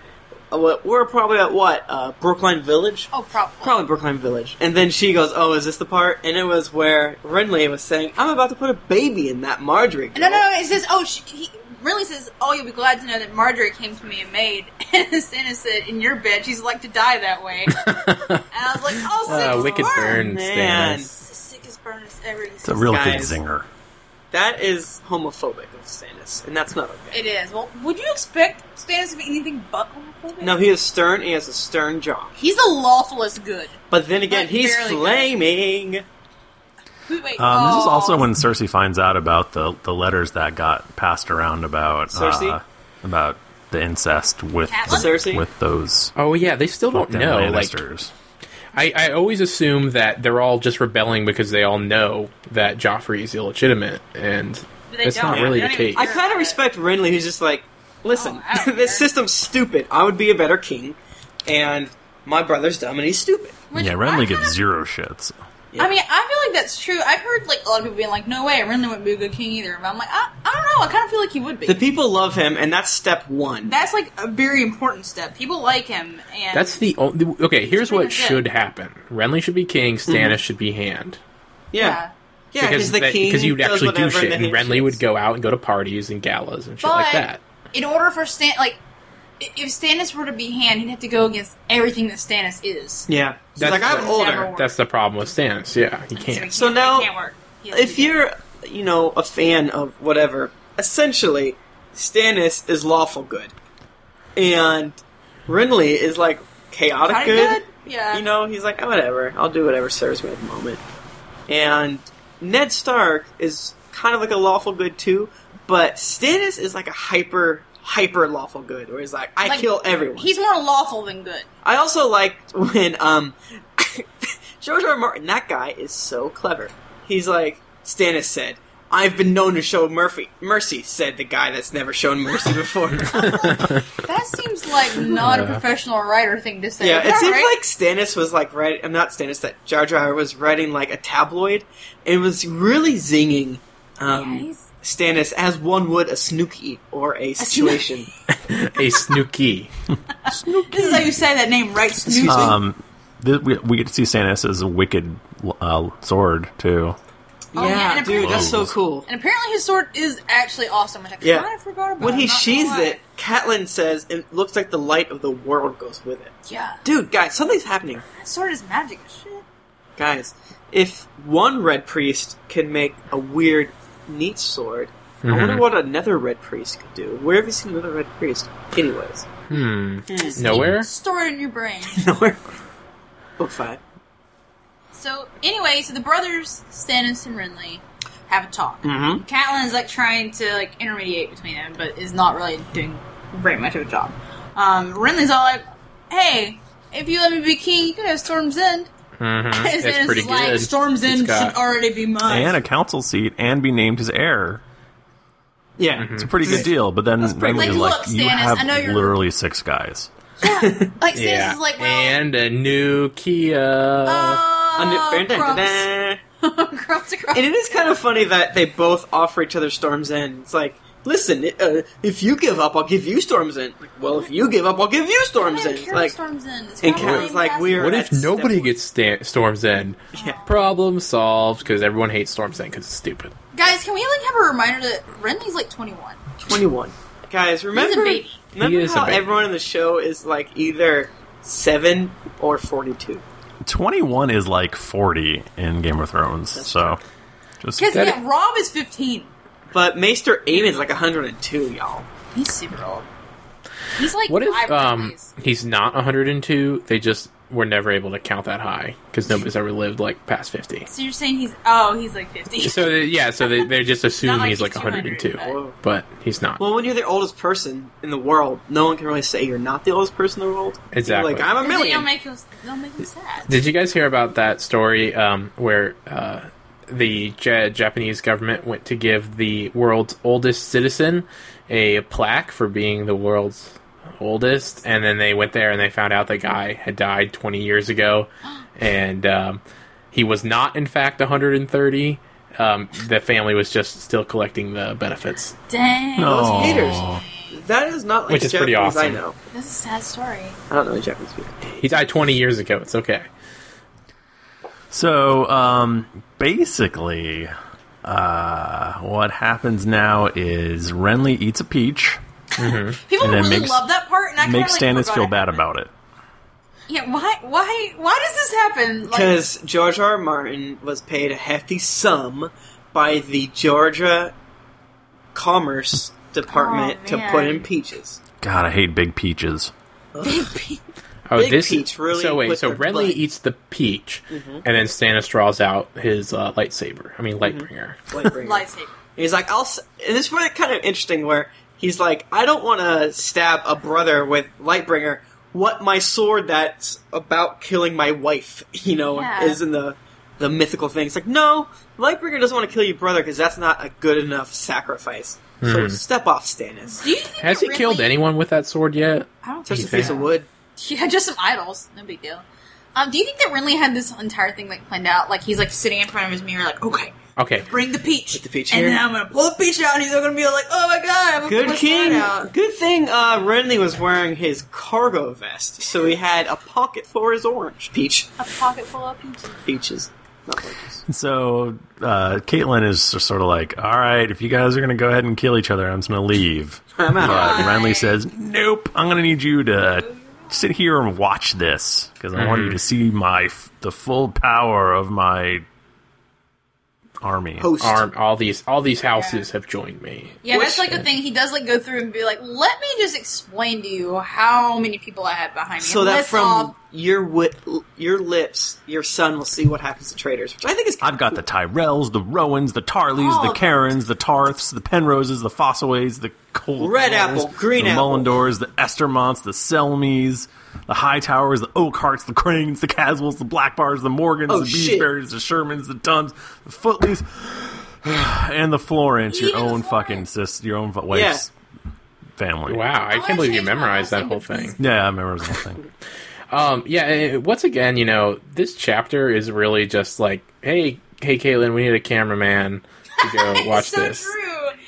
D: uh, what- we're probably at what? Uh, Brookline Village?
B: Oh, probably.
D: Probably Brookline Village. And then she goes, Oh, is this the part? And it was where Renly was saying, I'm about to put a baby in that Marjorie.
B: No, no,
D: girl."
B: no. It says, oh, she, he really says, oh, you'll be glad to know that Marjorie came to me a maid. And Stannis said, in your bed, she's like to die that way. and I was like, oh, sick
C: Uh,
B: as
C: wicked
B: burn.
C: burn,
D: man.
C: Stannis.
B: It's the sickest burn that's ever
A: It's a
B: existed.
A: real
D: Guys.
A: good zinger.
D: That is homophobic of Stannis, and that's not okay.
B: It is. Well, would you expect Stannis to be anything but homophobic?
D: No, he is stern. He has a stern jaw.
B: He's the lawfulest good.
D: But then again,
B: Like,
D: he's
B: barely good.
D: flaming.
B: Who- Wait,
A: Um, this is
B: oh.
A: also when Cersei finds out about the, the letters that got passed around about
D: Cersei?
A: uh, about the incest with the,
B: Catelyn?
D: Cersei?
A: with those
C: Oh yeah, they still don't
A: fucking
C: know. Like
A: Lannisters.
C: I, I always assume that they're all just rebelling because they all know that Joffrey is illegitimate, and
B: But they
C: that's not
B: don't.
C: really
B: They
C: the
B: don't even
C: case.
D: I kind of respect Renly, who's just like, listen,
B: Oh, I don't
D: this
B: care.
D: system's stupid. I would be a better king, and my brother's dumb and he's stupid.
B: Which
A: yeah,
B: I
A: Renly
B: kinda-
A: gives zero shits.
B: I mean, I feel like that's true. I've heard like a lot of people being like, "No way, Renly wouldn't be a good king either." But I'm like, I, I don't know. I kind of feel like he would be.
D: The people love him, and that's step one.
B: that's like a very important step. People like him, and
C: That's the only. Okay, here's
B: pretty
C: what
B: much it.
C: should happen: Renly should be king, Stannis should be hand.
D: yeah, Mm-hmm. yeah, because the
C: that-
D: king
C: because you'd
D: does
C: actually do
D: whatever
C: shit, and
D: the hand
C: Renly would
D: shits.
C: go out and go to parties and galas and shit
B: But
C: like that.
B: in order for Stan, like i- if Stannis were to be hand, he'd have to go against everything that Stannis is.
D: Yeah, he's
C: That's
D: like I have
C: the-
B: Never
D: older.
B: worked.
C: That's the problem with Stannis. Yeah, he
B: It
C: can't.
D: So
B: can't-
D: now,
B: it can't work. He has to
D: If
B: be
D: you're, you know, a fan of whatever, essentially, Stannis is lawful good, and Renly is like chaotic
B: kinda Uh,
D: good.
B: yeah,
D: you know, he's like, oh, whatever, I'll do whatever serves me at the moment. And Ned Stark is kind of like a lawful good too, but Stannis is like a hyper, hyper lawful good, where he's like, I
B: Like,
D: kill everyone.
B: he's more lawful than good.
D: I also liked when um, George R. R. Martin. That guy is so clever. He's like Stannis said. I've been known to show Murphy mercy," said the guy that's never shown mercy before.
B: That seems like not a professional writer thing to say.
D: Yeah,
B: Is
D: it
B: that
D: seems
B: right?
D: like Stannis was like right. I'm not Stannis. That Jar Jar was writing like a tabloid, and was really zinging
B: Yeah,
D: um,
B: he's-
D: Stannis as one would a snooky or a situation.
C: a snooky.
B: this is how you say that name, right? Snoop?
D: me.
A: Um, th- we, we get to see Stannis' wicked uh, sword too.
B: Oh, yeah, and
D: dude, that's so
A: apparently-
D: cool.
B: and apparently his sword is actually awesome, which I kind
D: Yeah.
B: of forgot about.
D: When he
B: I'm not gonna
D: sheathes
B: lie.
D: it, Catelyn says it looks like the light of the world goes with it.
B: yeah,
D: Dude, guys, something's happening.
B: that sword is magic as shit.
D: Guys, if one red priest can make a weird, neat sword, I wonder what another red priest could do. Where have you seen another red priest? Anyways.
C: Hmm.
B: Just
C: Nowhere.
B: Store it in your brain.
D: nowhere. Book five.
B: so anyway, so the brothers Stannis and Renly have a talk.
D: Mm-hmm.
B: Catelyn is like trying to like intermediate between them, but is not really doing very much of a job. Um, Renly's all like, "Hey, if you let me be king, you can have Storm's End."
C: Mm-hmm.
B: And
C: That's
B: Stannis
C: pretty
B: is like,
C: good.
B: "Storm's
C: It's
B: End
C: got-
B: should already be mine."
A: and a council seat and be named his heir.
D: Yeah.
B: Mm-hmm.
A: It's a pretty good deal, but then
D: pretty
A: Renly's
B: good.
A: like,
B: Like, look,
A: you
B: Stannis,
A: have
B: I know you're-
A: literally six guys.
B: like Stannis
C: Yeah.
B: is like, "Well,
C: and a new Kia.
B: uh,
D: Under-
B: crumbs."
D: da-da-da.
B: Crumbs across.
D: Oh, and it is kind of funny that they both offer each other Storm's End. It's like, listen, uh, if you give up, I'll give you Storm's End. Like, well, if you give up, I'll give you
B: I
D: Storm's
B: don't
D: End.
B: care
D: Like,
B: if Storm's End. It's
D: and
B: probably
D: Catelyn's like, we're
C: What
D: at
C: if nobody
D: step one.
C: gets Stan- Storm's End?
D: Yeah.
C: Problem solved because everyone hates Storm's End because it's stupid.
B: guys. Can we like have a reminder that Renly's like 21?
D: 21. Guys, remember,
B: baby.
D: remember
C: He is a
D: how
C: baby.
D: everyone in the show is like either 7 or 42.
A: Twenty one is like forty in Game of Thrones, so just
B: Because
C: That-
B: yeah, Rob is 15.
D: But Maester Aemon's like 102, y'all.
B: He's super old. He's like
C: What
B: five
C: if um,
B: Renlys.
C: he's not 102? They just were never able to count that high because nobody's ever lived like past 50.
B: So you're saying he's oh he's like 50.
C: So they, yeah, so they, they just assume
B: Not like
C: he's like
B: he's 200,
C: 102,
D: Whoa.
C: but he's not.
D: Well, when you're the oldest person in the world, no one can really say you're not the oldest person in the world. You're
C: Exactly.
D: Like I'm a
B: They'll
D: million.
B: make us. They'll make him sad.
C: Did you guys hear about that story um, where uh, the Ja- Japanese government went to give the world's oldest citizen a plaque for being the world's oldest? And then they went there and they found out the guy had died 20 years ago. And um, he was not, in fact, 130. Um, the family was just still collecting the benefits.
B: Dang.
A: no.
D: Those haters.
C: Oh.
D: That is not like
C: Which is pretty
D: Japanese I
C: awesome.
D: know.
B: That's a sad story.
D: I don't know Japanese people.
C: He died 20 years ago. It's okay.
A: So um, basically, uh, what happens now is Renly eats a peach,
B: People
A: And then
B: really
A: makes-
B: love that part, and I kinda,
A: makes
B: like,
A: Stannis
B: forgot
A: feel
B: it
A: bad
B: happened.
A: about it.
B: Yeah. Why? Why? Why does this happen? Like,
D: Because George R. R. Martin was paid a hefty sum by the Georgia Commerce Department
B: Oh,
D: to
B: man.
D: put in peaches.
A: God, I hate big peaches.
C: Oh,
D: Big
C: this
D: peach really
C: So wait,
D: with Mm-hmm.
C: so
D: the
C: Renly
D: blood.
C: eats the peach, and then Stannis draws out his uh, lightsaber. I mean,
D: Mm-hmm.
C: lightbringer.
D: Lightbringer.
B: Lightsaber.
D: He's like, I'll. s- And this was kind of interesting where he's like, I don't want to stab a brother with Lightbringer. What my sword that's about killing my wife, you know,
B: Yeah.
D: is in the the mythical thing. It's like, no, Lightbringer doesn't want to kill your brother because that's not a good enough sacrifice. So step off, Stannis.
B: Do you think
C: Has
B: that
C: he killed
B: Ridley-
C: anyone with that sword yet?
B: I don't think
D: Just a
B: so.
D: piece of wood.
B: Yeah, just some idols. No big deal. Um, do you think that Renly had this entire thing like planned out? Like he's like sitting in front of his mirror, like, okay,
C: Okay,
B: bring the peach,
D: Put the peach
B: and
D: here.
B: then I'm gonna pull the peach out, and he's gonna be like, oh my god, I'm gonna pull
D: Good
B: my
D: king.
B: sword out.
D: Good thing uh, Renly was wearing his cargo vest, so he had a pocket for his orange peach
B: A pocket full of peaches.
D: peaches. Not oranges.
A: So uh, Caitlin is just sort of like, all right, if you guys are going to go ahead and kill each other, I'm just going to leave.
D: I'm out.
A: But
B: Right.
A: Renly says, nope, I'm going to need you to sit here and watch this because I want you
D: Mm.
A: to see my f- the full power of my army.
D: Host.
C: arm. All these, all these houses have joined me.
B: Yeah,
D: Which-
B: that's like a thing he does. Like go through and be like, let me just explain to you how many people I have behind me.
D: so
B: And
D: that
B: list
D: from
B: off-
D: your wit, your lips, your son will see what happens to traitors, which I think is kind
A: I've got the Tyrells, the Rowans, the Tarleys,
B: All
A: the
D: Oh,
B: of them.
A: Karens, the Tarths, the Penroses, the Fossaways, the Col-
D: Red apple, green
A: the
D: apple.
A: Mullendores, the Estermonts, the Selmies, the High Towers, the Oakharts, the Cranes, the Caswells, the Blackbars, the Morgans,
D: Oh,
A: the
D: shit.
A: Beesberries, the Shermans, the Duns, the Footleys, and the Florence, your
B: Even the
A: own
B: Florence.
A: fucking sister, your own fu- wife's family.
C: Wow, I
B: wanna
C: can't believe you
B: change my
C: memorized
B: last
C: that whole
B: name to
C: thing.
A: Yeah, I remember the whole thing.
C: Um, yeah. eh, Once again, you know, this chapter is really just like, hey, hey, Caitlin, we need a cameraman to go watch
B: so
C: this.
B: True.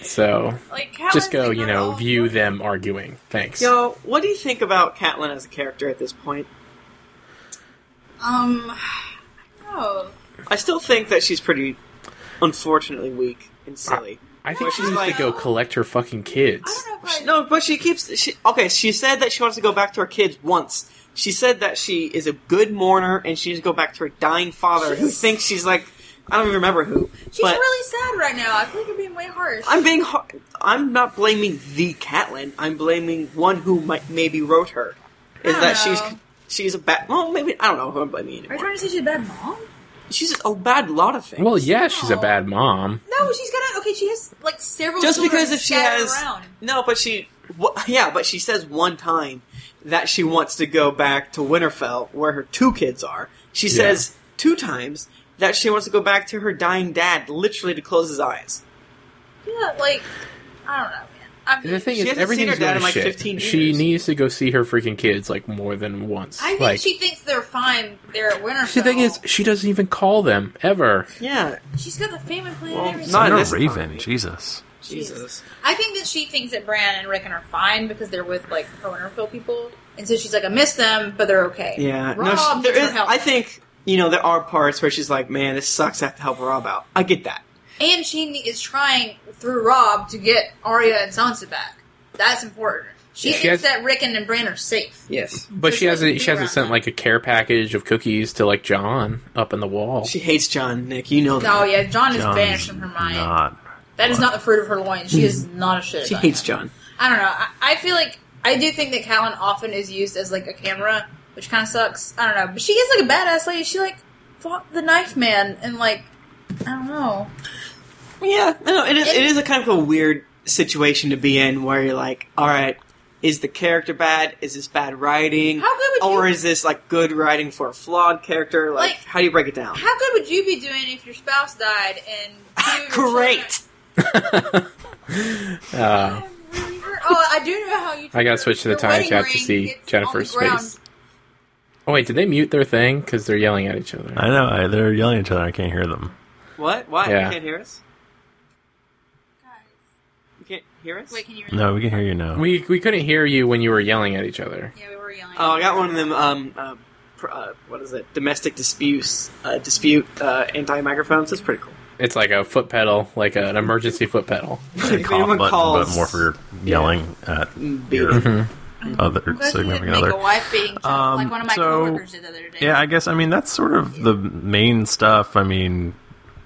C: So
B: Like how
C: just
B: is
C: go,
B: it
C: you
B: not
C: know,
B: all
C: view
B: working?
C: them arguing. Thanks.
D: Yo, what do you think about Catelyn as a character at this point?
B: Um, I don't know.
D: I still think that she's pretty, unfortunately, weak and silly.
C: I think she
D: She's
C: needs
D: like-
C: to go collect her fucking kids.
B: I don't know if
D: She-
B: I,
D: no, but she keeps. She, okay, she said that she wants to go back to her kids once. She said that she is a good mourner and she needs to go back to her dying father, who thinks she's like I don't even remember who.
B: She's
D: but
B: really sad right now. I feel like you're being way harsh.
D: I'm being. har- I'm not blaming the Catelyn. I'm blaming one who might maybe wrote her. Is
B: I
D: that
B: don't
D: she's
B: know.
D: she's a bad? Well, maybe I don't know who I'm blaming
B: Are you
D: anymore.
B: trying to say she's a bad mom?
D: She's just a bad lot of things.
C: Well, yeah, she's a
B: No.
C: bad mom.
B: No, she's got a, okay. She has like several.
D: just
B: children
D: because if she
B: scattered
D: has
B: around.
D: no, but she wha- yeah, but she says one time that she wants to go back to Winterfell where her two kids are. She says two times that she wants to go back to her dying dad, literally to close his eyes.
B: yeah, like I don't know, man. I mean,
C: The thing
D: She
C: is,
D: hasn't seen
C: everything's
D: her dad
C: going
D: in, like,
C: shit.
D: 15
C: She
D: years.
C: needs to go see her freaking kids like more than once.
B: I think
C: like,
B: she thinks they're fine. They're at Winterfell.
C: the thing is, she doesn't even call them ever.
D: Yeah,
B: she's got the family plan.
D: Well,
B: and everything.
D: not-
A: And
D: in
A: a
D: this
A: raven,
D: economy.
A: Jesus.
D: Jesus.
B: I think that she thinks that Bran and Rickon are fine because they're with like her Winterfell people, and so she's like, I miss them, but they're okay.
D: Yeah,
B: Rob
D: no, she, there
B: needs her
D: is,
B: help.
D: I think you know there are parts where she's like, "Man, this sucks. I have to help Rob out." I get that.
B: and she ne- is trying through Rob to get Arya and Sansa back. That's important. She
C: Yeah.
B: thinks
C: She has-
B: that Rickon and Bran are safe.
D: Yes,
B: So
C: But she
B: she doesn't
C: hasn't.
B: be
C: She hasn't
B: around
C: sent
B: them.
C: like a care package of cookies to like John up in the wall.
D: she hates John. Nick, you know that.
B: Oh yeah, John is
A: John's
B: banished from her mind.
A: Not.
B: That is not the fruit of her loins. She is not a shit.
D: she
B: about
D: hates
B: him.
D: John.
B: I don't know. I, I feel like I do think that Callan often is used as like a camera, which kind of sucks. I don't know, but she is like a badass lady. She like fought the knife man and like I don't know.
D: Yeah, no, it is. It
B: It-
D: is a kind of a weird situation to be in where you're like, all right, is the character bad? Is this bad writing?
B: How good would
D: or
B: you-
D: is this like good writing for a flawed character? Like,
B: Like-
D: how do you break it down?
B: How good would you be doing if your spouse died and two of your
D: Great.
C: Uh,
B: children- I'm really hurt. Oh, I do know how you.
C: I gotta switch to the
B: your
C: time
B: wedding
C: chat to
B: ring
C: see
B: gets on the
C: Jennifer's
B: ground.
C: face. Oh wait, did they mute their thing? Because they're yelling at each other.
A: I know. I, they're yelling at each other. I can't hear them.
D: What? Why?
C: Yeah.
D: You can't hear us. You can't hear us.
B: Wait, can you? Really-
A: No, we can hear you now.
C: We we couldn't hear you when you were yelling at each other.
B: Yeah, we were yelling.
D: Oh, I got one of them. Um, uh, pr- uh, what is it? Domestic disputes, uh, dispute uh, anti microphones. That's pretty cool.
C: It's like a foot pedal, like an emergency foot pedal.
A: And
D: If
A: cough
D: anyone
A: button,
D: calls-
A: but more for yelling at
D: Beer.
B: mm,
A: your
B: I'm
A: other
B: glad Mm-hmm. you didn't
A: significant
B: make a
A: other.
B: wife beating joke
A: Um,
B: like one of my
A: so-
B: coworkers did the other day.
A: Yeah, I guess. I mean, that's sort of the main stuff. I mean,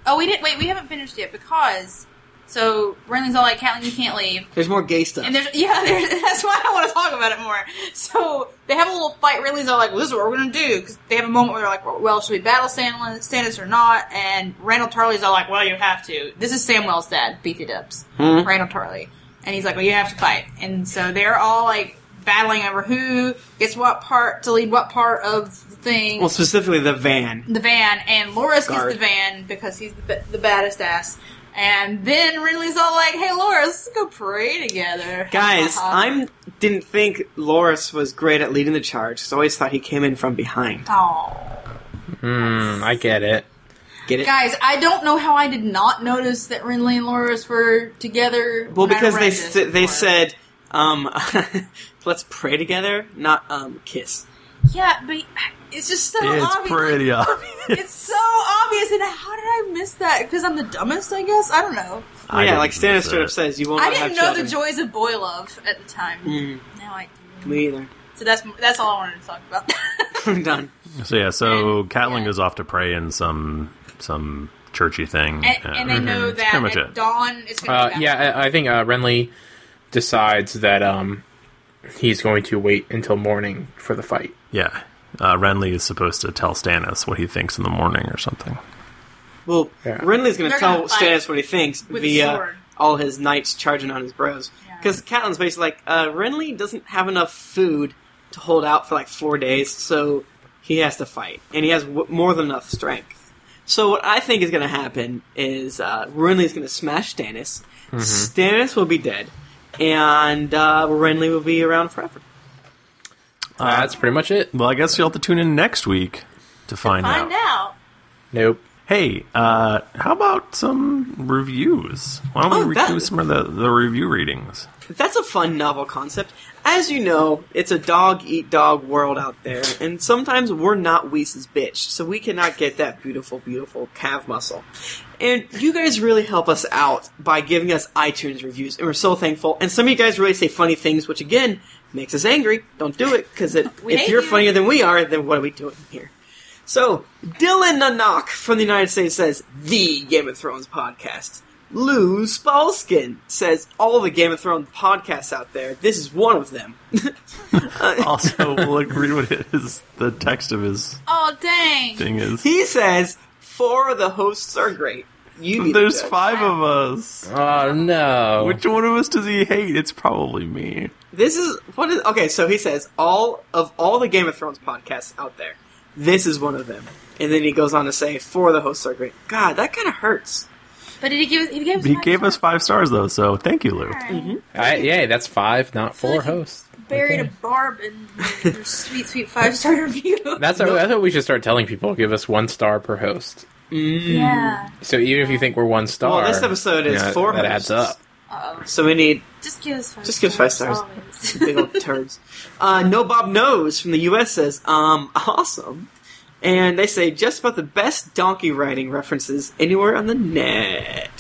B: Oh, we didn't. Wait, we haven't finished yet because. So Renly's all like, "Catelyn, you can't leave."
D: There's more gay stuff.
B: And there's yeah, there's, that's why I want to talk about it more. So they have a little fight. Renly's all like, "Well, this is what we're gonna do," because they have a moment where they're like, "Well, should we battle Sandlin, Stannis or not?" And Randall Tarley's all like, "Well, you have to." This is Samwell's dad, BT Dubs, Randall Tarley, and he's like, "Well, you have to fight." And so they're all like battling over who gets what part to lead what part of the thing
D: well, specifically the van.
B: the van, and Loris
D: Guard.
B: gets the van because he's the, ba- the baddest ass. And then Ridley's all like, "Hey, Loris, let's go pray together."
D: Guys,
B: Ha, ha, ha.
D: I didn't think Loris was great at leading the charge, because I always thought he came in from behind.
B: Aw.
C: Hmm, I get it.
D: Get it?
B: Guys, I don't know how I did not notice that Renly and Loris were together.
D: well,
B: when I
D: because
B: read
D: they
B: this
D: s- they
B: before.
D: said, um, let's pray together, not um, kiss.
B: yeah, but it's just so
A: It's
B: obvious.
A: pretty obvious.
B: It's so obvious, and how did I miss that? Because I'm the dumbest, I guess. I don't know.
A: I
D: yeah,
A: didn't
D: like Stannis
A: miss
D: straight
A: that.
D: up says, you won't
B: I
D: have Mm.
B: didn't know
D: children.
B: the joys of boy love at the time. Now I do.
D: Me either.
B: So that's that's all I wanted to talk about.
D: I'm done.
A: So yeah, so
B: And-
A: Catelyn
B: yeah.
A: goes off to pray in some some churchy thing, Mhm.
B: and,
A: Yeah.
B: and they know
A: That's
B: that
A: pretty much
B: at
A: it.
B: dawn it's going to
C: Uh,
B: be back.
C: yeah, I, I think uh, Renly decides that um, he's going to wait until morning for the fight.
A: Yeah, uh, Renly is supposed to tell Stannis what he thinks in the morning or something.
D: Well,
C: Yeah.
D: Renly's going to
B: They're
D: tell
B: gonna fight
D: Stannis what he thinks
B: with a
D: via
B: sword.
D: all his knights charging on his bros.
B: Yeah.
D: Because Catelyn's basically like, uh, Renly doesn't have enough food to hold out for like four days, so he has to fight. And he has w- more than enough strength. So what I think is going to happen is uh, Renly's going to smash Stannis. Stannis will be dead, and uh, Renly will be around forever.
C: Uh, that's pretty much it.
A: Well, I guess you'll have to tune in next week to find,
B: Find out.
C: Nope.
A: Hey, uh, how about some reviews? Why don't
D: Oh,
A: we re-
D: that-
A: do some of the, the review readings?
D: That's a fun novel concept. As you know, it's a dog eat dog world out there, and sometimes we're not Weiss's bitch, so we cannot get that beautiful, beautiful calf muscle. And you guys really help us out by giving us iTunes reviews, and we're so thankful. And some of you guys really say funny things, which again makes us angry. Don't do it, because if
B: We hate
D: you're
B: you.
D: funnier than we are, then what are we doing here? So, Dylan Nanak from the United States says, The Game of Thrones podcast. Lou Spalskin says, All the Game of Thrones podcasts out there, this is one of them. Uh,
A: Also, look, read what his the text of his
B: Oh dang!
A: thing is.
D: he says, Four of the hosts are great. You need
A: There's
D: to-
A: five of us.
C: Oh no.
A: Which one of us does he hate? It's probably me.
D: This is what is okay. So he says all of all the Game of Thrones podcasts out there, this is one of them. And then he goes on to say, four of the hosts are great. God, that kind of hurts.
B: But did he give us? He gave us.
A: He
B: five
A: gave us
B: stars.
A: five stars though, so thank you, Lou.
B: Alright.
C: I, yeah, that's five, not
B: So
C: four
B: they can
C: hosts.
B: Buried
C: Okay.
B: a barb in your- your sweet, sweet five star review.
C: That's what, that's what we should start telling people. Give us one star per host.
B: yeah.
C: So even if you think we're one star,
D: Well, this episode
C: you
D: is
C: know,
D: four
C: That adds
D: hosts.
C: up.
B: Uh-oh.
D: So we need
B: Just give us five.
D: Just give us five
B: always.
D: big old turds. Uh, no Bob Knows from the U.S. says, um, awesome. And they say just about the best donkey riding references anywhere on the net.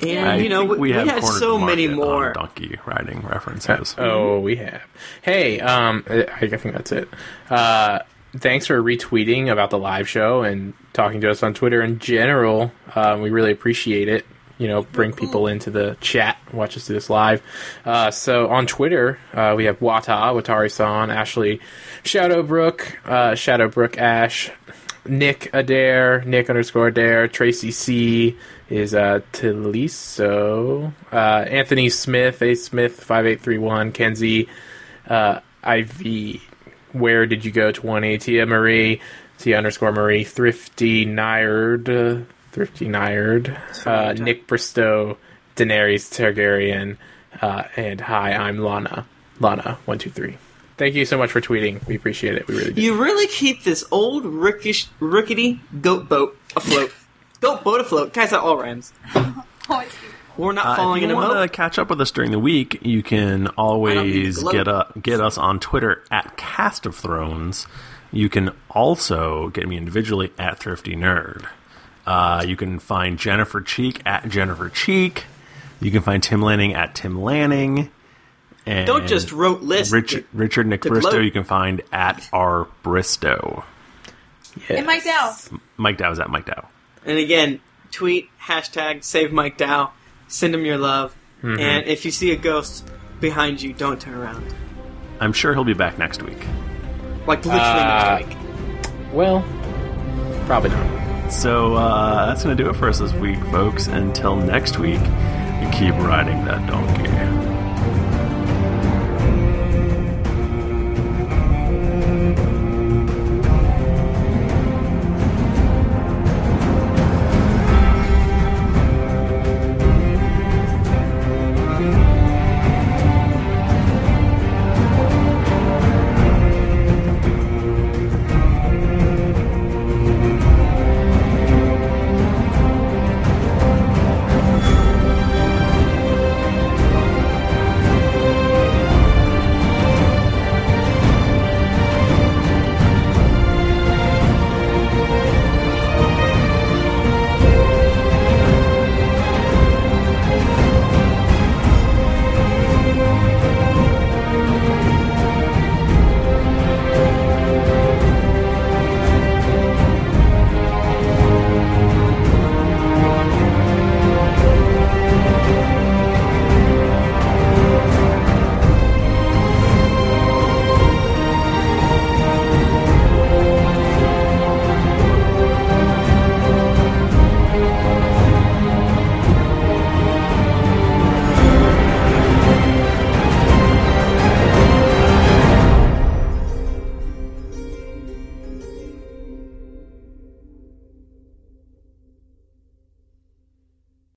D: And,
A: I
D: you know,
A: think
D: we, we have
A: cornered
D: so
A: the
D: many
A: market on
D: more.
A: donkey riding references.
C: Oh, we have. Hey, um, I I think that's it. Uh, thanks for retweeting about the live show and talking to us on Twitter in general. Um, we really appreciate it. You know, bring people into the chat, watch us do this live. Uh, so on Twitter, uh, we have Wata, Watari San, Ashley Shadowbrook, uh, Shadowbrook Ash, Nick Adair, Nick underscore Adair, Tracy C is uh Taliso, uh Anthony Smith, A Smith five eight three one, Kenzie, uh IV. Where did you go twenty? Tia Marie, Tia underscore Marie, Thrifty Nyard, uh, Thrifty Nyard, uh, Nick Bristow, Daenerys Targaryen, uh, and hi, I'm Lana, Lana one two three. Thank you so much for tweeting. We appreciate it. We really do.
D: You really keep this old rickish, rickety goat boat afloat. goat boat afloat. Guys, that all rhymes.
B: Oh, it's cute.
D: We're not
A: Uh,
D: falling
A: if
D: in
A: you
D: a
A: want to
D: moat.
A: catch up with us during the week, you can always
D: gloat.
A: get up, get us on Twitter at Cast of Thrones. You can also get me individually at Thrifty Nerd. Uh, you can find Jennifer Cheek at Jennifer Cheek. You can find Tim Lanning at Tim Lanning. And
D: Don't just rote list.
A: Richard Richard Nick
D: the
A: Bristow.
D: gloat.
A: You can find at R Bristow.
C: Yes.
B: And Mike Dow.
A: Mike Dow is at Mike Dow.
D: And again, tweet hashtag save Mike Dow. Send him your love.
A: Mm-hmm.
D: And if you see a ghost behind you, don't turn around.
A: I'm sure he'll be back next week.
D: Like literally
C: Uh,
D: next week.
C: Well, probably not.
A: So uh, that's going to do it for us this week, folks. Until next week, keep riding that donkey.